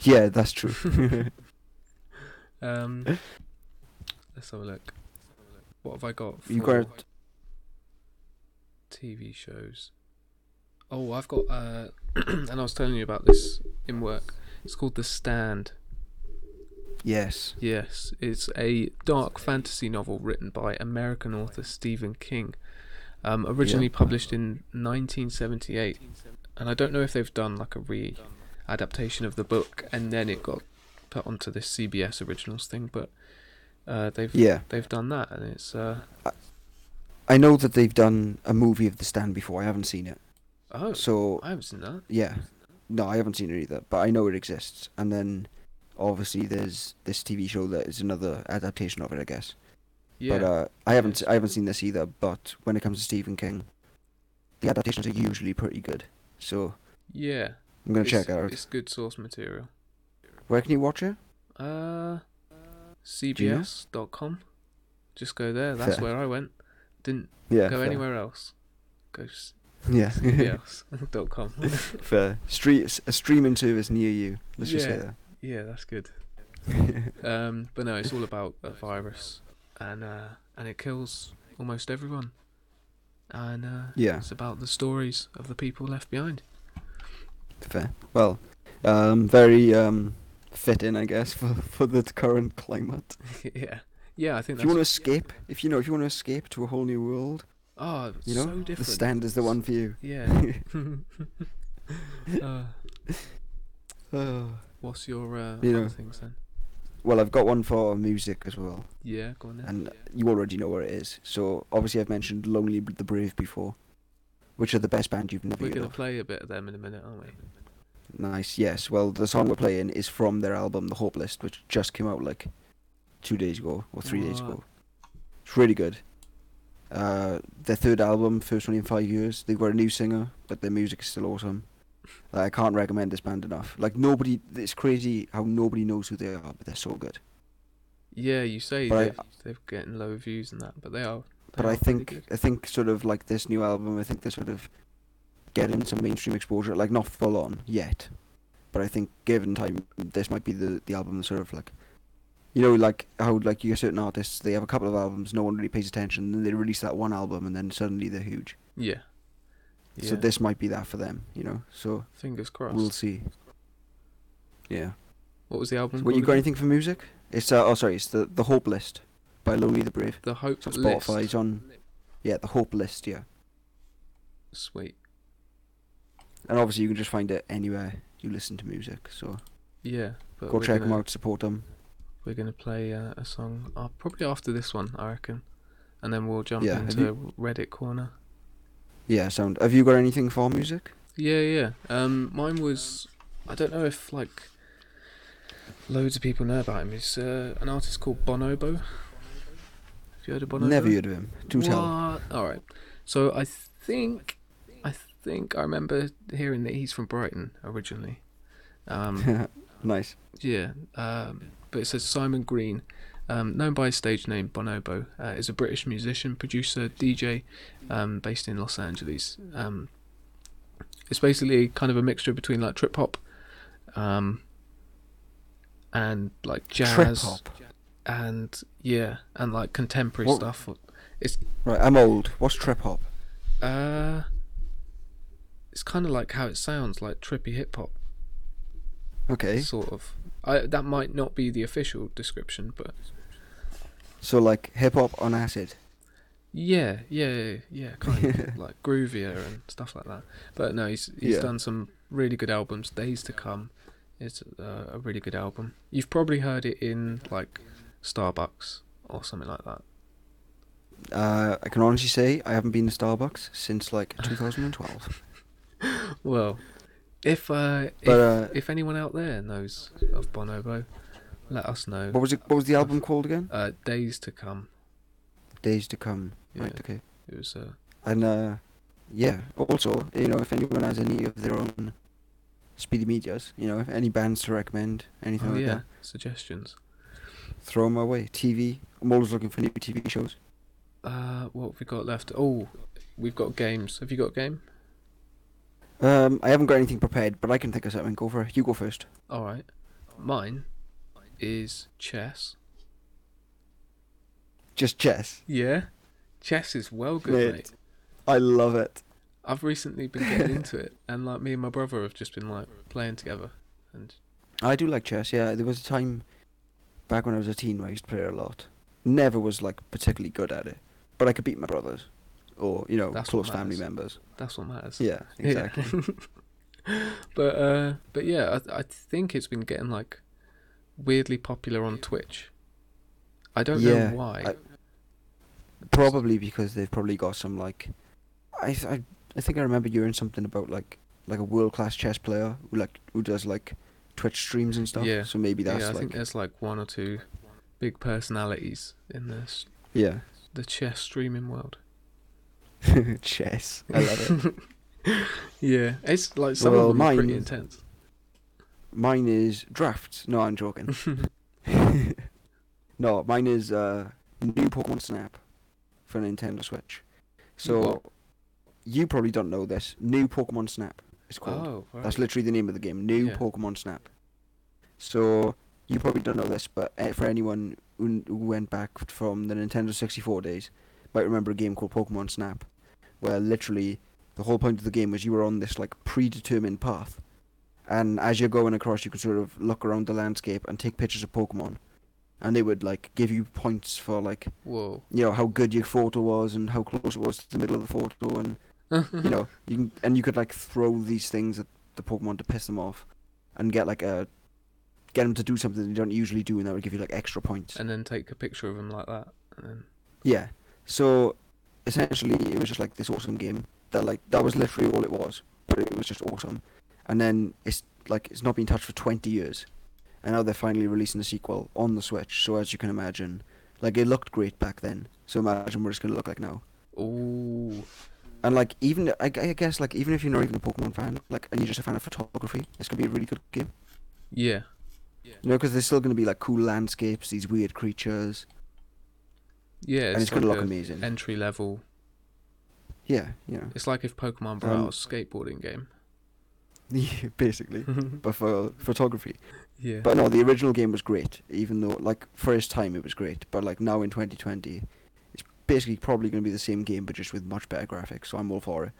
Speaker 2: yeah that's true.
Speaker 1: Um, let's have a look. What have I got? For
Speaker 2: You got
Speaker 1: TV shows. Oh, I've got. Uh, and I was telling you about this in work. It's called The Stand.
Speaker 2: yes.
Speaker 1: Yes, it's a dark fantasy novel written by American author Stephen King. Um, originally published in 1978, and I don't know if they've done like a re adaptation of the book, and then it got put onto this CBS originals thing. But uh, they've
Speaker 2: Yeah,
Speaker 1: they've done that, and it's uh,
Speaker 2: I know that they've done a movie of The Stand before. I haven't seen it.
Speaker 1: oh,
Speaker 2: So
Speaker 1: I haven't seen that.
Speaker 2: yeah, no, I haven't seen it either. But I know it exists. And then obviously there's this TV show that is another adaptation of it, I guess.
Speaker 1: Yeah,
Speaker 2: But uh, I haven't I haven't seen this either. But when it comes to Stephen King, the adaptations are usually pretty good. So
Speaker 1: yeah.
Speaker 2: I'm gonna check
Speaker 1: it's,
Speaker 2: it out.
Speaker 1: It's good source material.
Speaker 2: Where can you watch it?
Speaker 1: Uh, CBS.com. Just go there. That's
Speaker 2: Fair.
Speaker 1: where I went. Didn't
Speaker 2: Yeah.
Speaker 1: go
Speaker 2: fair.
Speaker 1: anywhere else. Go
Speaker 2: Yeah.
Speaker 1: CBS.com.
Speaker 2: fair. Street a streaming service near you. Let's just say
Speaker 1: Yeah.
Speaker 2: that.
Speaker 1: yeah, that's good. Um, but no, it's all about a virus, and uh, and it kills almost everyone. And uh,
Speaker 2: yeah.
Speaker 1: it's about the stories of the people left behind.
Speaker 2: Fair. Well, um, very um, fitting, I guess, for, for the current climate.
Speaker 1: yeah, yeah, I think that's.
Speaker 2: If you want to escape, if you know, if you want to escape to a whole new world,
Speaker 1: oh, it's
Speaker 2: you know,
Speaker 1: so
Speaker 2: the
Speaker 1: different.
Speaker 2: stand is the one for you.
Speaker 1: Yeah. uh,
Speaker 2: Oh.
Speaker 1: what's your uh,
Speaker 2: You
Speaker 1: other
Speaker 2: know.
Speaker 1: things then?
Speaker 2: well, I've got one for music as well,
Speaker 1: Yeah, go on then.
Speaker 2: and you already know where it is. So obviously, I've mentioned Lonely B- the Brave before, which are the best band you've never
Speaker 1: We're
Speaker 2: heard
Speaker 1: gonna
Speaker 2: of.
Speaker 1: play a bit of them in a minute, aren't we?
Speaker 2: Nice. Yes. Well, the song we're playing is from their album The Hope List, which just came out like two days ago or three days
Speaker 1: Wow.
Speaker 2: ago. It's really good. Uh, their third album, first one in five years. They've got a new singer, but their music is still awesome. Like, I can't recommend this band enough. Like nobody, it's crazy how nobody knows who they are, but they're so good.
Speaker 1: Yeah, you say
Speaker 2: But I-
Speaker 1: they've, they've getting low views and that, but they are. they
Speaker 2: But
Speaker 1: are
Speaker 2: I
Speaker 1: really
Speaker 2: think
Speaker 1: good.
Speaker 2: I think sort of like this new album, I think they're sort of getting some mainstream exposure, like not full on yet. But I think given time this might be the, the album that sort of like you know, like how like you get certain artists, they have a couple of albums, no one really pays attention, then they release that one album and then suddenly they're huge.
Speaker 1: Yeah. yeah.
Speaker 2: So this might be that for them, you know. So
Speaker 1: Fingers crossed.
Speaker 2: we'll see. Yeah.
Speaker 1: What was the album?
Speaker 2: Well you
Speaker 1: called
Speaker 2: got
Speaker 1: again?
Speaker 2: anything for music? It's uh, oh sorry, it's the the Hope List by Lonely the Brave.
Speaker 1: The Hope
Speaker 2: It's on
Speaker 1: List.
Speaker 2: Spotify, it's on yeah, the Hope List, yeah.
Speaker 1: Sweet.
Speaker 2: And obviously, you can just find it anywhere you listen to music. So
Speaker 1: Yeah. But
Speaker 2: go
Speaker 1: we're
Speaker 2: check
Speaker 1: gonna,
Speaker 2: them out, support them.
Speaker 1: We're gonna play uh, a song uh, probably after this one, I reckon, and then we'll jump
Speaker 2: Yeah, have
Speaker 1: into Reddit corner.
Speaker 2: Yeah, sound. Have you got anything for music?
Speaker 1: Yeah, yeah. Um, mine was. I don't know if like loads of people know about him. He's uh, an artist called Bonobo. Have you heard of Bonobo?
Speaker 2: Never heard of him. Do tell.
Speaker 1: All right. So I think I think I remember hearing that he's from Brighton originally. Um,
Speaker 2: nice.
Speaker 1: yeah. Um, but it says Simon Green, um, known by his stage name Bonobo, uh, is a British musician, producer, DJ, um, based in Los Angeles. Um, it's basically kind of a mixture between like trip hop, um, and like jazz
Speaker 2: Trip hop.
Speaker 1: and yeah, and like contemporary
Speaker 2: What-
Speaker 1: stuff.
Speaker 2: Right, I'm old. What's trip hop?
Speaker 1: Uh, it's kind of like how it sounds, like trippy hip hop,
Speaker 2: Okay,
Speaker 1: sort of. I, that might not be the official description, but
Speaker 2: so like hip hop on acid.
Speaker 1: Yeah, yeah, yeah, kind of like groovier and stuff like that. But no, he's he's
Speaker 2: Yeah.
Speaker 1: done some really good albums. Days to Come is uh, a really good album. You've probably heard it in like Starbucks or something like that.
Speaker 2: Uh, I can honestly say I haven't been to Starbucks since like 2012.
Speaker 1: Well, if uh, if,
Speaker 2: But, uh,
Speaker 1: if anyone out there knows of Bonobo, let us know.
Speaker 2: what was it? What was the album called again?
Speaker 1: Uh, Days to Come.
Speaker 2: Days to Come.
Speaker 1: Yeah,
Speaker 2: Right. Okay.
Speaker 1: it was uh,
Speaker 2: And uh, yeah. Also, you know, if anyone has any of their own speedy medias, you know, any bands to recommend, anything
Speaker 1: oh
Speaker 2: like
Speaker 1: yeah, suggestions.
Speaker 2: that, throw them my way. TV. I'm always looking for new TV shows.
Speaker 1: Uh, what have we got left? Oh, we've got games. Have you got a game?
Speaker 2: Um, I haven't got anything prepared, but I can think of something. Go for it. You go first.
Speaker 1: All right. Mine is chess.
Speaker 2: Just chess.
Speaker 1: Yeah. Chess is well good,
Speaker 2: Mate.
Speaker 1: mate.
Speaker 2: I love it.
Speaker 1: I've recently been getting into it, and like me and my brother have just been like playing together. And
Speaker 2: I do like chess. Yeah, there was a time back when I was a teen where I used to play it a lot. Never was like particularly good at it, but I could beat my brothers or you know
Speaker 1: That's what
Speaker 2: close family
Speaker 1: matters.
Speaker 2: members.
Speaker 1: that's what matters.
Speaker 2: Yeah, exactly.
Speaker 1: Yeah. but uh, but yeah, I, I think it's been getting like weirdly popular on Twitch. I don't
Speaker 2: Yeah,
Speaker 1: know why.
Speaker 2: I- Probably because they've probably got some like, I th- I I think I remember hearing something about like like a world class chess player who like who does like Twitch streams and stuff.
Speaker 1: Yeah.
Speaker 2: So maybe that's
Speaker 1: yeah, I
Speaker 2: like
Speaker 1: think there's like one or two big personalities in the s-
Speaker 2: yeah
Speaker 1: the chess streaming world.
Speaker 2: chess. I love it.
Speaker 1: yeah, it's like some
Speaker 2: Well,
Speaker 1: of them are pretty
Speaker 2: mine-
Speaker 1: intense.
Speaker 2: Mine is drafts. No, I'm joking. no, mine is uh, new Pokemon Snap for Nintendo Switch. So
Speaker 1: What?
Speaker 2: you probably don't know this. New Pokemon Snap. It's called.
Speaker 1: Oh, right.
Speaker 2: That's literally the name of the game. New
Speaker 1: Yeah.
Speaker 2: Pokemon Snap. So you probably don't know this, but eh, for anyone who who went back from the Nintendo 64 days, might remember a game called Pokemon Snap, where literally the whole point of the game was you were on this like predetermined path, and as you're going across, you could sort of look around the landscape and take pictures of Pokemon, and they would like give you points for like
Speaker 1: Whoa.
Speaker 2: you know how good your photo was and how close it was to the middle of the photo and you know, you can, and you could like throw these things at the Pokemon to piss them off, and get like a get them to do something they don't usually do, and that would give you like extra points.
Speaker 1: and then take a picture of him like that. And then,
Speaker 2: Yeah. So essentially, it was just like this awesome game that like that was literally all it was, but it was just awesome. And then it's like it's not been touched for 20 years, and now they're finally releasing a sequel on the Switch. So as you can imagine, like it looked great back then. So imagine what it's gonna look like now.
Speaker 1: ooh,
Speaker 2: And like even I, I guess like even if you're not even a Pokemon fan, like and you're just a fan of photography, it's gonna be a really good game.
Speaker 1: yeah,
Speaker 2: You know, because there's still gonna be like cool landscapes, these weird creatures,
Speaker 1: yeah. It's,
Speaker 2: and it's
Speaker 1: like
Speaker 2: gonna look
Speaker 1: a
Speaker 2: amazing.
Speaker 1: entry level.
Speaker 2: yeah, you know,
Speaker 1: It's like if Pokemon brought
Speaker 2: Um,
Speaker 1: out a skateboarding game.
Speaker 2: Yeah, basically. But for photography,
Speaker 1: yeah.
Speaker 2: but no, the original game was great. Even though like for its time it was great, but like now in 2020, it's basically probably gonna be the same game but just with much better graphics. So I'm all for it.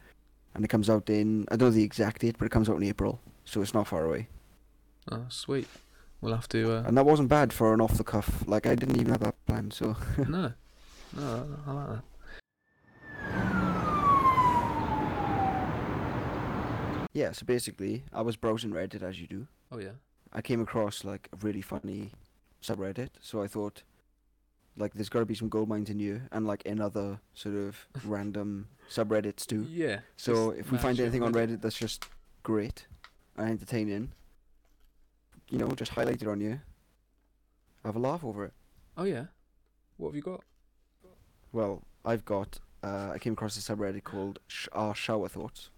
Speaker 2: And it comes out in I don't know the exact date, but it comes out in April, so it's not far away.
Speaker 1: oh, sweet. We'll have to. Uh,
Speaker 2: And that wasn't bad for an off the cuff. Like I didn't even have that planned, so
Speaker 1: no, no, I like that.
Speaker 2: yeah. So basically, I was browsing Reddit as you do.
Speaker 1: Oh yeah.
Speaker 2: I came across like a really funny subreddit, so I thought, like, there's got to be some gold mines in here, and like in other sort of random subreddits too.
Speaker 1: Yeah.
Speaker 2: So
Speaker 1: just
Speaker 2: if we
Speaker 1: mad
Speaker 2: find
Speaker 1: shit
Speaker 2: anything on Reddit that's just great and entertaining, you know, just highlight it on you. Have a laugh over it.
Speaker 1: Oh yeah. What have you got?
Speaker 2: Well, I've got. Uh, I came across a subreddit called Sh- Our Shower Thoughts.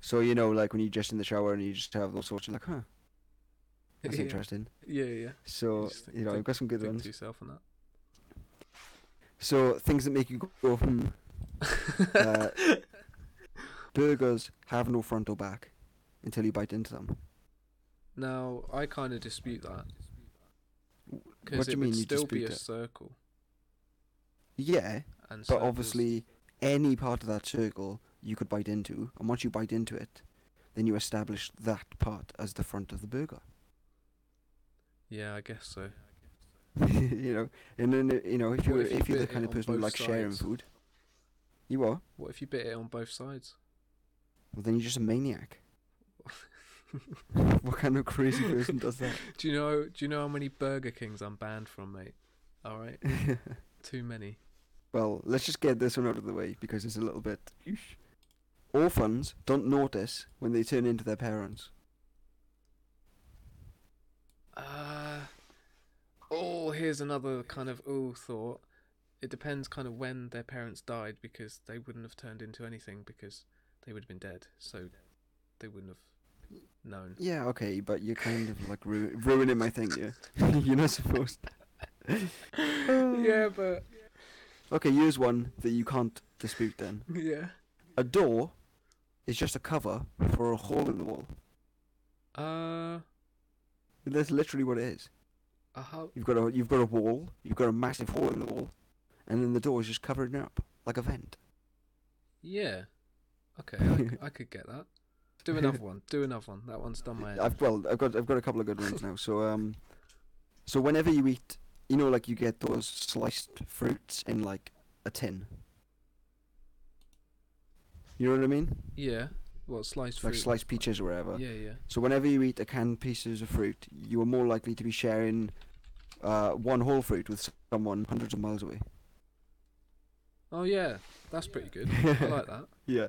Speaker 2: So you know, like when you're just in the shower and you just have those thoughts, you're like, "Huh, that's
Speaker 1: yeah.
Speaker 2: interesting."
Speaker 1: Yeah, yeah.
Speaker 2: So
Speaker 1: just think-
Speaker 2: you know,
Speaker 1: think-
Speaker 2: I've got some good
Speaker 1: Think
Speaker 2: ones.
Speaker 1: to yourself on
Speaker 2: So things that make you go, "Hmm."
Speaker 1: that.
Speaker 2: Uh, burgers have no front or back until you bite into them.
Speaker 1: now I kind of dispute that
Speaker 2: What
Speaker 1: because
Speaker 2: do
Speaker 1: it
Speaker 2: you
Speaker 1: would
Speaker 2: mean you
Speaker 1: still be
Speaker 2: dispute
Speaker 1: a
Speaker 2: it?
Speaker 1: circle.
Speaker 2: Yeah,
Speaker 1: And
Speaker 2: but
Speaker 1: circles-
Speaker 2: obviously, any part of that circle you could bite into, and once you bite into it, then you establish that part as the front of the burger.
Speaker 1: Yeah, I guess so.
Speaker 2: you know, and then uh, you know if
Speaker 1: What
Speaker 2: you're
Speaker 1: if you
Speaker 2: if you're the
Speaker 1: bit it
Speaker 2: kind of
Speaker 1: on
Speaker 2: person who
Speaker 1: both
Speaker 2: likes sharing
Speaker 1: sides?
Speaker 2: food, you are.
Speaker 1: What if you bit it on both sides?
Speaker 2: Well, then you're just a maniac. what kind of crazy person does that?
Speaker 1: Do you know? Do you know how many Burger Kings I'm banned from, mate? All right, too many.
Speaker 2: well, let's just get this one out of the way because it's a little bit. Eesh. Orphans don't notice when they turn into their parents.
Speaker 1: Uh, oh, here's another kind of ooh thought. It depends kind of when their parents died because they wouldn't have turned into anything because they would have been dead, so they wouldn't have known.
Speaker 2: Yeah, okay, but you're kind of like ru- ruining my thing here. you're not supposed.
Speaker 1: yeah, but
Speaker 2: Okay, here's one that you can't dispute. Then
Speaker 1: yeah.
Speaker 2: a door is just a cover for a hole in the wall.
Speaker 1: Uh,
Speaker 2: That's literally what it is.
Speaker 1: a hole.
Speaker 2: You've got a you've got a wall, you've got a massive hole in the wall, and then the door is just covering it up like a vent.
Speaker 1: Yeah. Okay, I, I could get that. Do another one. Do another one. That one's done my head.
Speaker 2: I've well, I've got I've got a couple of good ones now. So um, so whenever you eat, you know, like you get those sliced fruits in like a tin. You know what I mean?
Speaker 1: Yeah. Well, sliced
Speaker 2: Like
Speaker 1: fruit.
Speaker 2: sliced peaches or whatever.
Speaker 1: Yeah, yeah.
Speaker 2: So whenever you eat a canned pieces of fruit, you are more likely to be sharing uh, one whole fruit with someone hundreds of miles away.
Speaker 1: Oh yeah, that's pretty good. I like that.
Speaker 2: Yeah.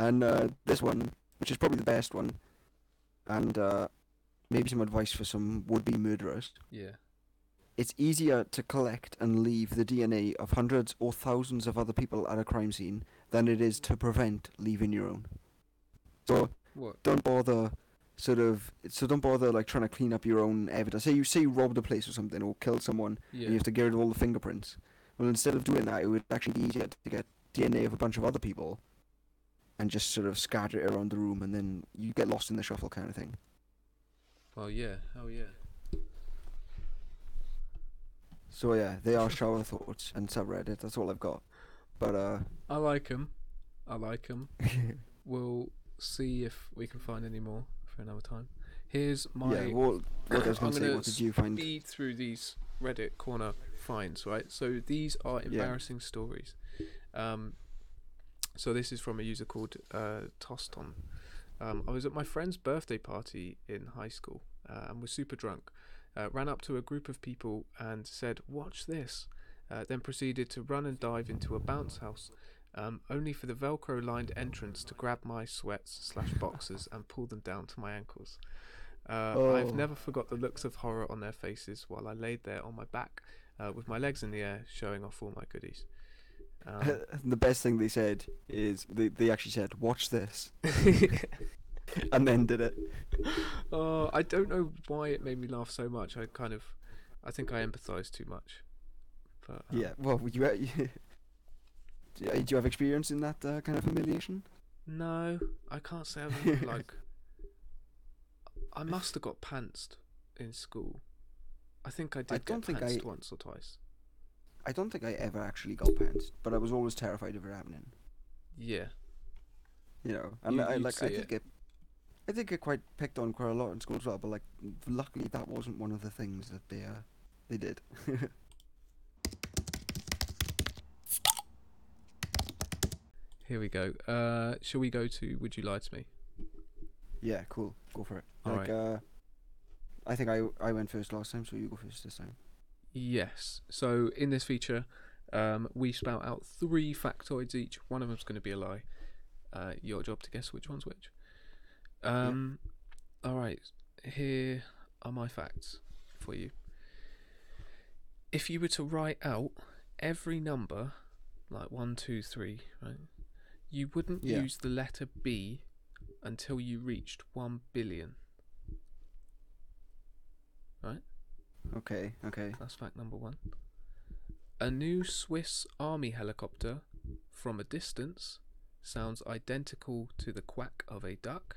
Speaker 2: And uh, this one, which is probably the best one, and uh, maybe some advice for some would-be murderers.
Speaker 1: Yeah.
Speaker 2: It's easier to collect and leave the DNA of hundreds or thousands of other people at a crime scene than it is to prevent leaving your own. So
Speaker 1: What?
Speaker 2: don't bother, sort of. So don't bother like trying to clean up your own evidence. Say you say you robbed a place or something or killed someone, and you
Speaker 1: Yeah.
Speaker 2: have to get rid of all the fingerprints. Well, instead of doing that, it would actually be easier to get DNA of a bunch of other people and just sort of scatter it around the room, and then you get lost in the shuffle kind of thing.
Speaker 1: Well, yeah. Oh yeah.
Speaker 2: So yeah, they are shower thoughts and subreddit. That's all I've got. But uh,
Speaker 1: I like 'em. I like 'em. We'll see if we can find any more for another time. Here's my
Speaker 2: yeah, what, what I was
Speaker 1: I'm
Speaker 2: going to say,
Speaker 1: gonna
Speaker 2: what did you find?
Speaker 1: speed through these Reddit corner finds, right? So these are embarrassing stories. Um, so this is from a user called uh, Toston. Um, I was at my friend's birthday party in high school uh, and was super drunk. Uh, ran up to a group of people and said, "Watch this." Uh, then proceeded to run and dive into a bounce house, um, only for the Velcro-lined entrance to grab my sweats slash boxers and pull them down to my ankles. Uh,
Speaker 2: Oh.
Speaker 1: I've never forgot the looks of horror on their faces while I laid there on my back uh, with my legs in the air, showing off all my goodies. Um,
Speaker 2: the best thing they said is they, they actually said, "Watch this," and then did it.
Speaker 1: oh, I don't know why it made me laugh so much. I kind of, I think I empathised too much. But um,
Speaker 2: Yeah. Well, you, you do you have experience in that uh, kind of humiliation?
Speaker 1: No, I can't say I've like. I must have got pantsed in school. I think I did
Speaker 2: don't
Speaker 1: get
Speaker 2: think I-
Speaker 1: pantsed once or twice.
Speaker 2: I don't think I ever actually got pants, but I was always terrified of it happening.
Speaker 1: Yeah,
Speaker 2: You know, and
Speaker 1: You-
Speaker 2: I
Speaker 1: you'd
Speaker 2: like I
Speaker 1: see
Speaker 2: think it. I think it quite picked on quite a lot in school as well, but like luckily that wasn't one of the things that they uh, they did.
Speaker 1: here we go. Uh, shall we go to Would You Lie to Me?
Speaker 2: yeah, cool. Go for it.
Speaker 1: All
Speaker 2: like uh, I think I I went first last time, so you go first this time.
Speaker 1: Yes. So in this feature, um, we spout out three factoids each. One of them's going to be a lie. Uh, your job to guess which one's which. Um, All right. Here are my facts for you. If you were to write out every number, like one, two, three, right, you wouldn't
Speaker 2: Yeah.
Speaker 1: use the letter B until you reached one billion.
Speaker 2: Okay, okay.
Speaker 1: That's fact number one. A new Swiss army helicopter from a distance sounds identical to the quack of a duck.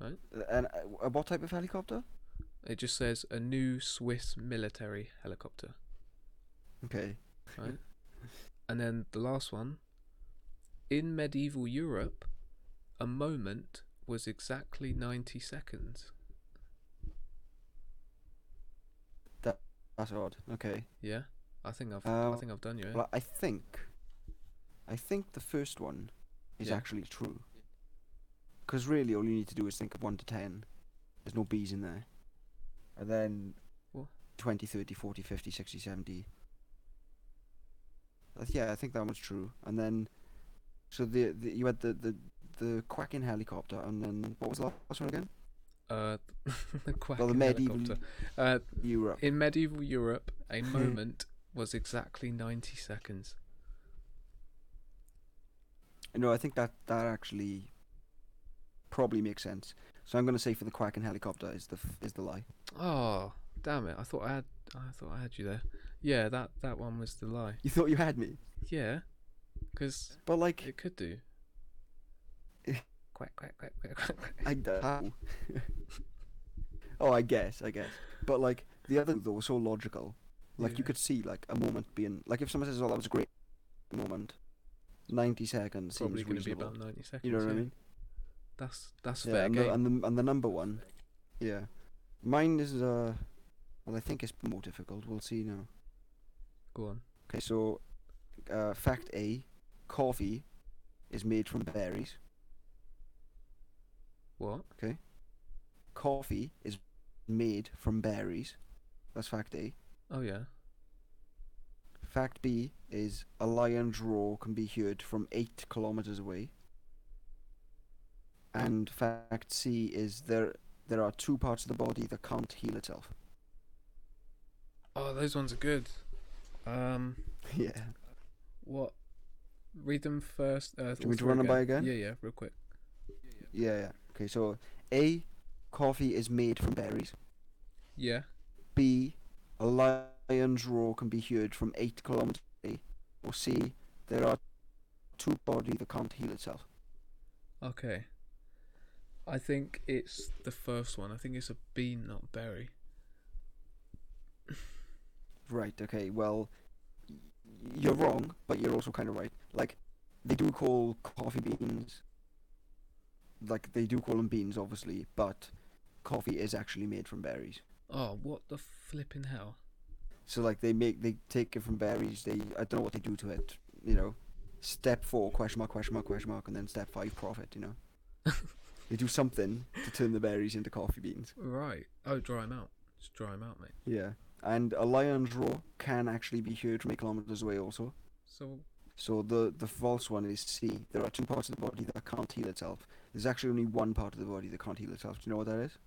Speaker 2: And uh, what type of helicopter?
Speaker 1: It just says a new Swiss military helicopter,
Speaker 2: Okay.
Speaker 1: right? and then the last one. In medieval Europe, a moment was exactly 90 seconds.
Speaker 2: That's odd. Okay.
Speaker 1: Yeah, I think I've I
Speaker 2: Um,
Speaker 1: think I've done you. eh? in.
Speaker 2: Well, I think, I think the first one is
Speaker 1: Yeah.
Speaker 2: actually true. Because really, all you need to do is think of one to ten. There's no B's in there. And then
Speaker 1: Wha-
Speaker 2: twenty, thirty, forty, fifty, sixty, seventy. 20, 30, 40, 50, 60, 70. That's- yeah, I think that one's true. And then, so the, the you had the, the the quacking helicopter, and then what was the last one again?
Speaker 1: Uh, the quack
Speaker 2: Well, the medieval
Speaker 1: helicopter. Uh,
Speaker 2: Europe.
Speaker 1: in medieval Europe, a
Speaker 2: Hmm.
Speaker 1: moment was exactly ninety seconds.
Speaker 2: No, I think that that actually probably makes sense. So I'm going to say for the quacking helicopter is the f- is the lie.
Speaker 1: Oh, damn it! I thought I had I thought I had you there. Yeah, that that one was the lie.
Speaker 2: You thought you had me,
Speaker 1: Yeah, because
Speaker 2: but like
Speaker 1: it could do. quack quack quack quack quack. quack.
Speaker 2: I d- how? oh, I guess, I guess. But like the other though was so logical. Like you
Speaker 1: Yeah.
Speaker 2: could see like a moment being like if someone says, "Oh, that was a great moment," ninety seconds
Speaker 1: Probably
Speaker 2: seems
Speaker 1: going to be
Speaker 2: reasonable.
Speaker 1: about ninety seconds.
Speaker 2: you know what I
Speaker 1: yeah.
Speaker 2: mean?
Speaker 1: That's that's
Speaker 2: Yeah,
Speaker 1: fair
Speaker 2: and,
Speaker 1: game.
Speaker 2: the, and the and the number one, yeah. Mine is uh, well, I think it's more difficult. We'll see now.
Speaker 1: Go on.
Speaker 2: Okay, so uh, fact A: coffee is made from berries.
Speaker 1: What?
Speaker 2: Coffee is made from berries. That's fact A.
Speaker 1: Oh yeah.
Speaker 2: Fact B is a lion's roar can be heard from eight kilometers away. And fact C is there there are two parts of the body that can't heal itself.
Speaker 1: Oh, those ones are good. Um,
Speaker 2: yeah.
Speaker 1: what? Read them first. Uh,
Speaker 2: Do you want me
Speaker 1: all
Speaker 2: to
Speaker 1: through
Speaker 2: run 'em by again?
Speaker 1: Yeah, yeah, real quick.
Speaker 2: Yeah, yeah. Okay, so A, coffee is made from berries.
Speaker 1: Yeah.
Speaker 2: B, a lion's roar can be heard from 8 kilometers away. Or C, there are two body that can't heal itself.
Speaker 1: Okay. I think it's the first one. I think it's a bean, not berry.
Speaker 2: Right, okay, well, y- you're wrong, but you're also kind of right. Like, they do call coffee beans, like, they do call them beans, obviously, but coffee is actually made from berries.
Speaker 1: Oh, what the flipping hell!
Speaker 2: So like they make they take it from berries. They I don't know what they do to it. You know, step four question mark question mark question mark and then step five profit. You know, they do something to turn the berries into coffee beans.
Speaker 1: Right. Oh, dry 'em out. Just dry 'em out, mate.
Speaker 2: Yeah, and a lion's roar can actually be heard from eight kilometers away also.
Speaker 1: So
Speaker 2: So the the false one is C. There are two parts of the body that can't heal itself. There's actually only one part of the body that can't heal itself. Do you know what that is?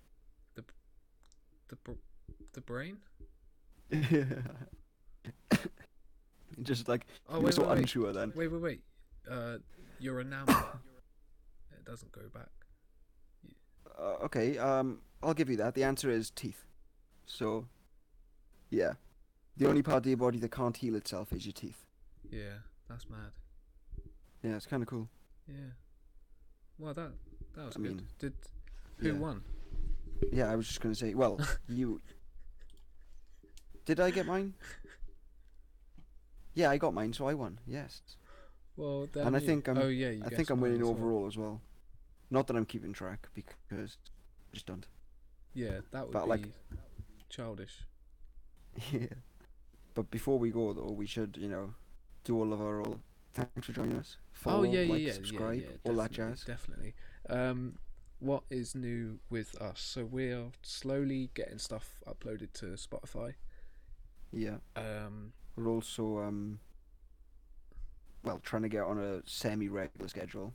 Speaker 1: the br- the brain.
Speaker 2: Just like
Speaker 1: Oh
Speaker 2: you were
Speaker 1: wait,
Speaker 2: so
Speaker 1: wait, wait,
Speaker 2: unsure then.
Speaker 1: wait, wait, wait. Uh, your enamel. it doesn't go back.
Speaker 2: Uh, okay, um, I'll give you that. The answer is teeth. So, yeah. The only part of your body that can't heal itself is your teeth.
Speaker 1: Yeah, that's mad.
Speaker 2: Yeah, it's kind of cool.
Speaker 1: Yeah. Well, that that was
Speaker 2: I
Speaker 1: good.
Speaker 2: mean,
Speaker 1: Did who
Speaker 2: yeah.
Speaker 1: won?
Speaker 2: Yeah, I was just going to say, well, you. Did I get mine? Yeah, I got mine, so I won. Yes.
Speaker 1: Well, damn
Speaker 2: I
Speaker 1: you.
Speaker 2: think I'm-
Speaker 1: Oh yeah, you
Speaker 2: I think
Speaker 1: guessed
Speaker 2: I'm
Speaker 1: mine
Speaker 2: winning
Speaker 1: as well.
Speaker 2: overall as well. Not that I'm keeping track because I just don't.
Speaker 1: Yeah, that would
Speaker 2: But,
Speaker 1: be
Speaker 2: like-
Speaker 1: childish.
Speaker 2: Yeah. But before we go, though, we should, you know, do all of our all. Thanks for joining us. Follow,
Speaker 1: oh yeah, yeah,
Speaker 2: like,
Speaker 1: yeah,
Speaker 2: subscribe,
Speaker 1: yeah, yeah,
Speaker 2: all that
Speaker 1: definitely,
Speaker 2: jazz.
Speaker 1: Definitely. Um, what is new with us? So we are slowly getting stuff uploaded to Spotify.
Speaker 2: Yeah.
Speaker 1: Um,
Speaker 2: We're also um well trying to get on a semi-regular schedule.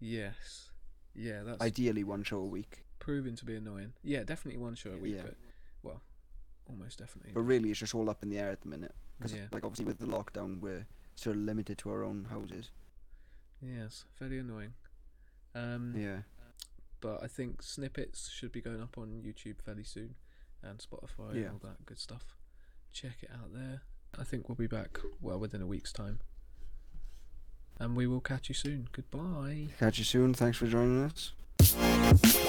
Speaker 1: yes. Yeah, that's
Speaker 2: Ideally, one show a week,
Speaker 1: proven to be annoying. Yeah, definitely one show a week,
Speaker 2: Yeah.
Speaker 1: but well, almost definitely.
Speaker 2: but really, it's just all up in the air at the minute. Because
Speaker 1: Yeah.
Speaker 2: like obviously with the lockdown, we're sort of limited to our own houses.
Speaker 1: Yes, very annoying. Um,
Speaker 2: Yeah.
Speaker 1: but I think snippets should be going up on YouTube fairly soon and Spotify
Speaker 2: Yeah.
Speaker 1: and all that good stuff. Check it out there. I think we'll be back well within a week's time. And we will catch you soon. Goodbye.
Speaker 2: Catch you soon. Thanks for joining us.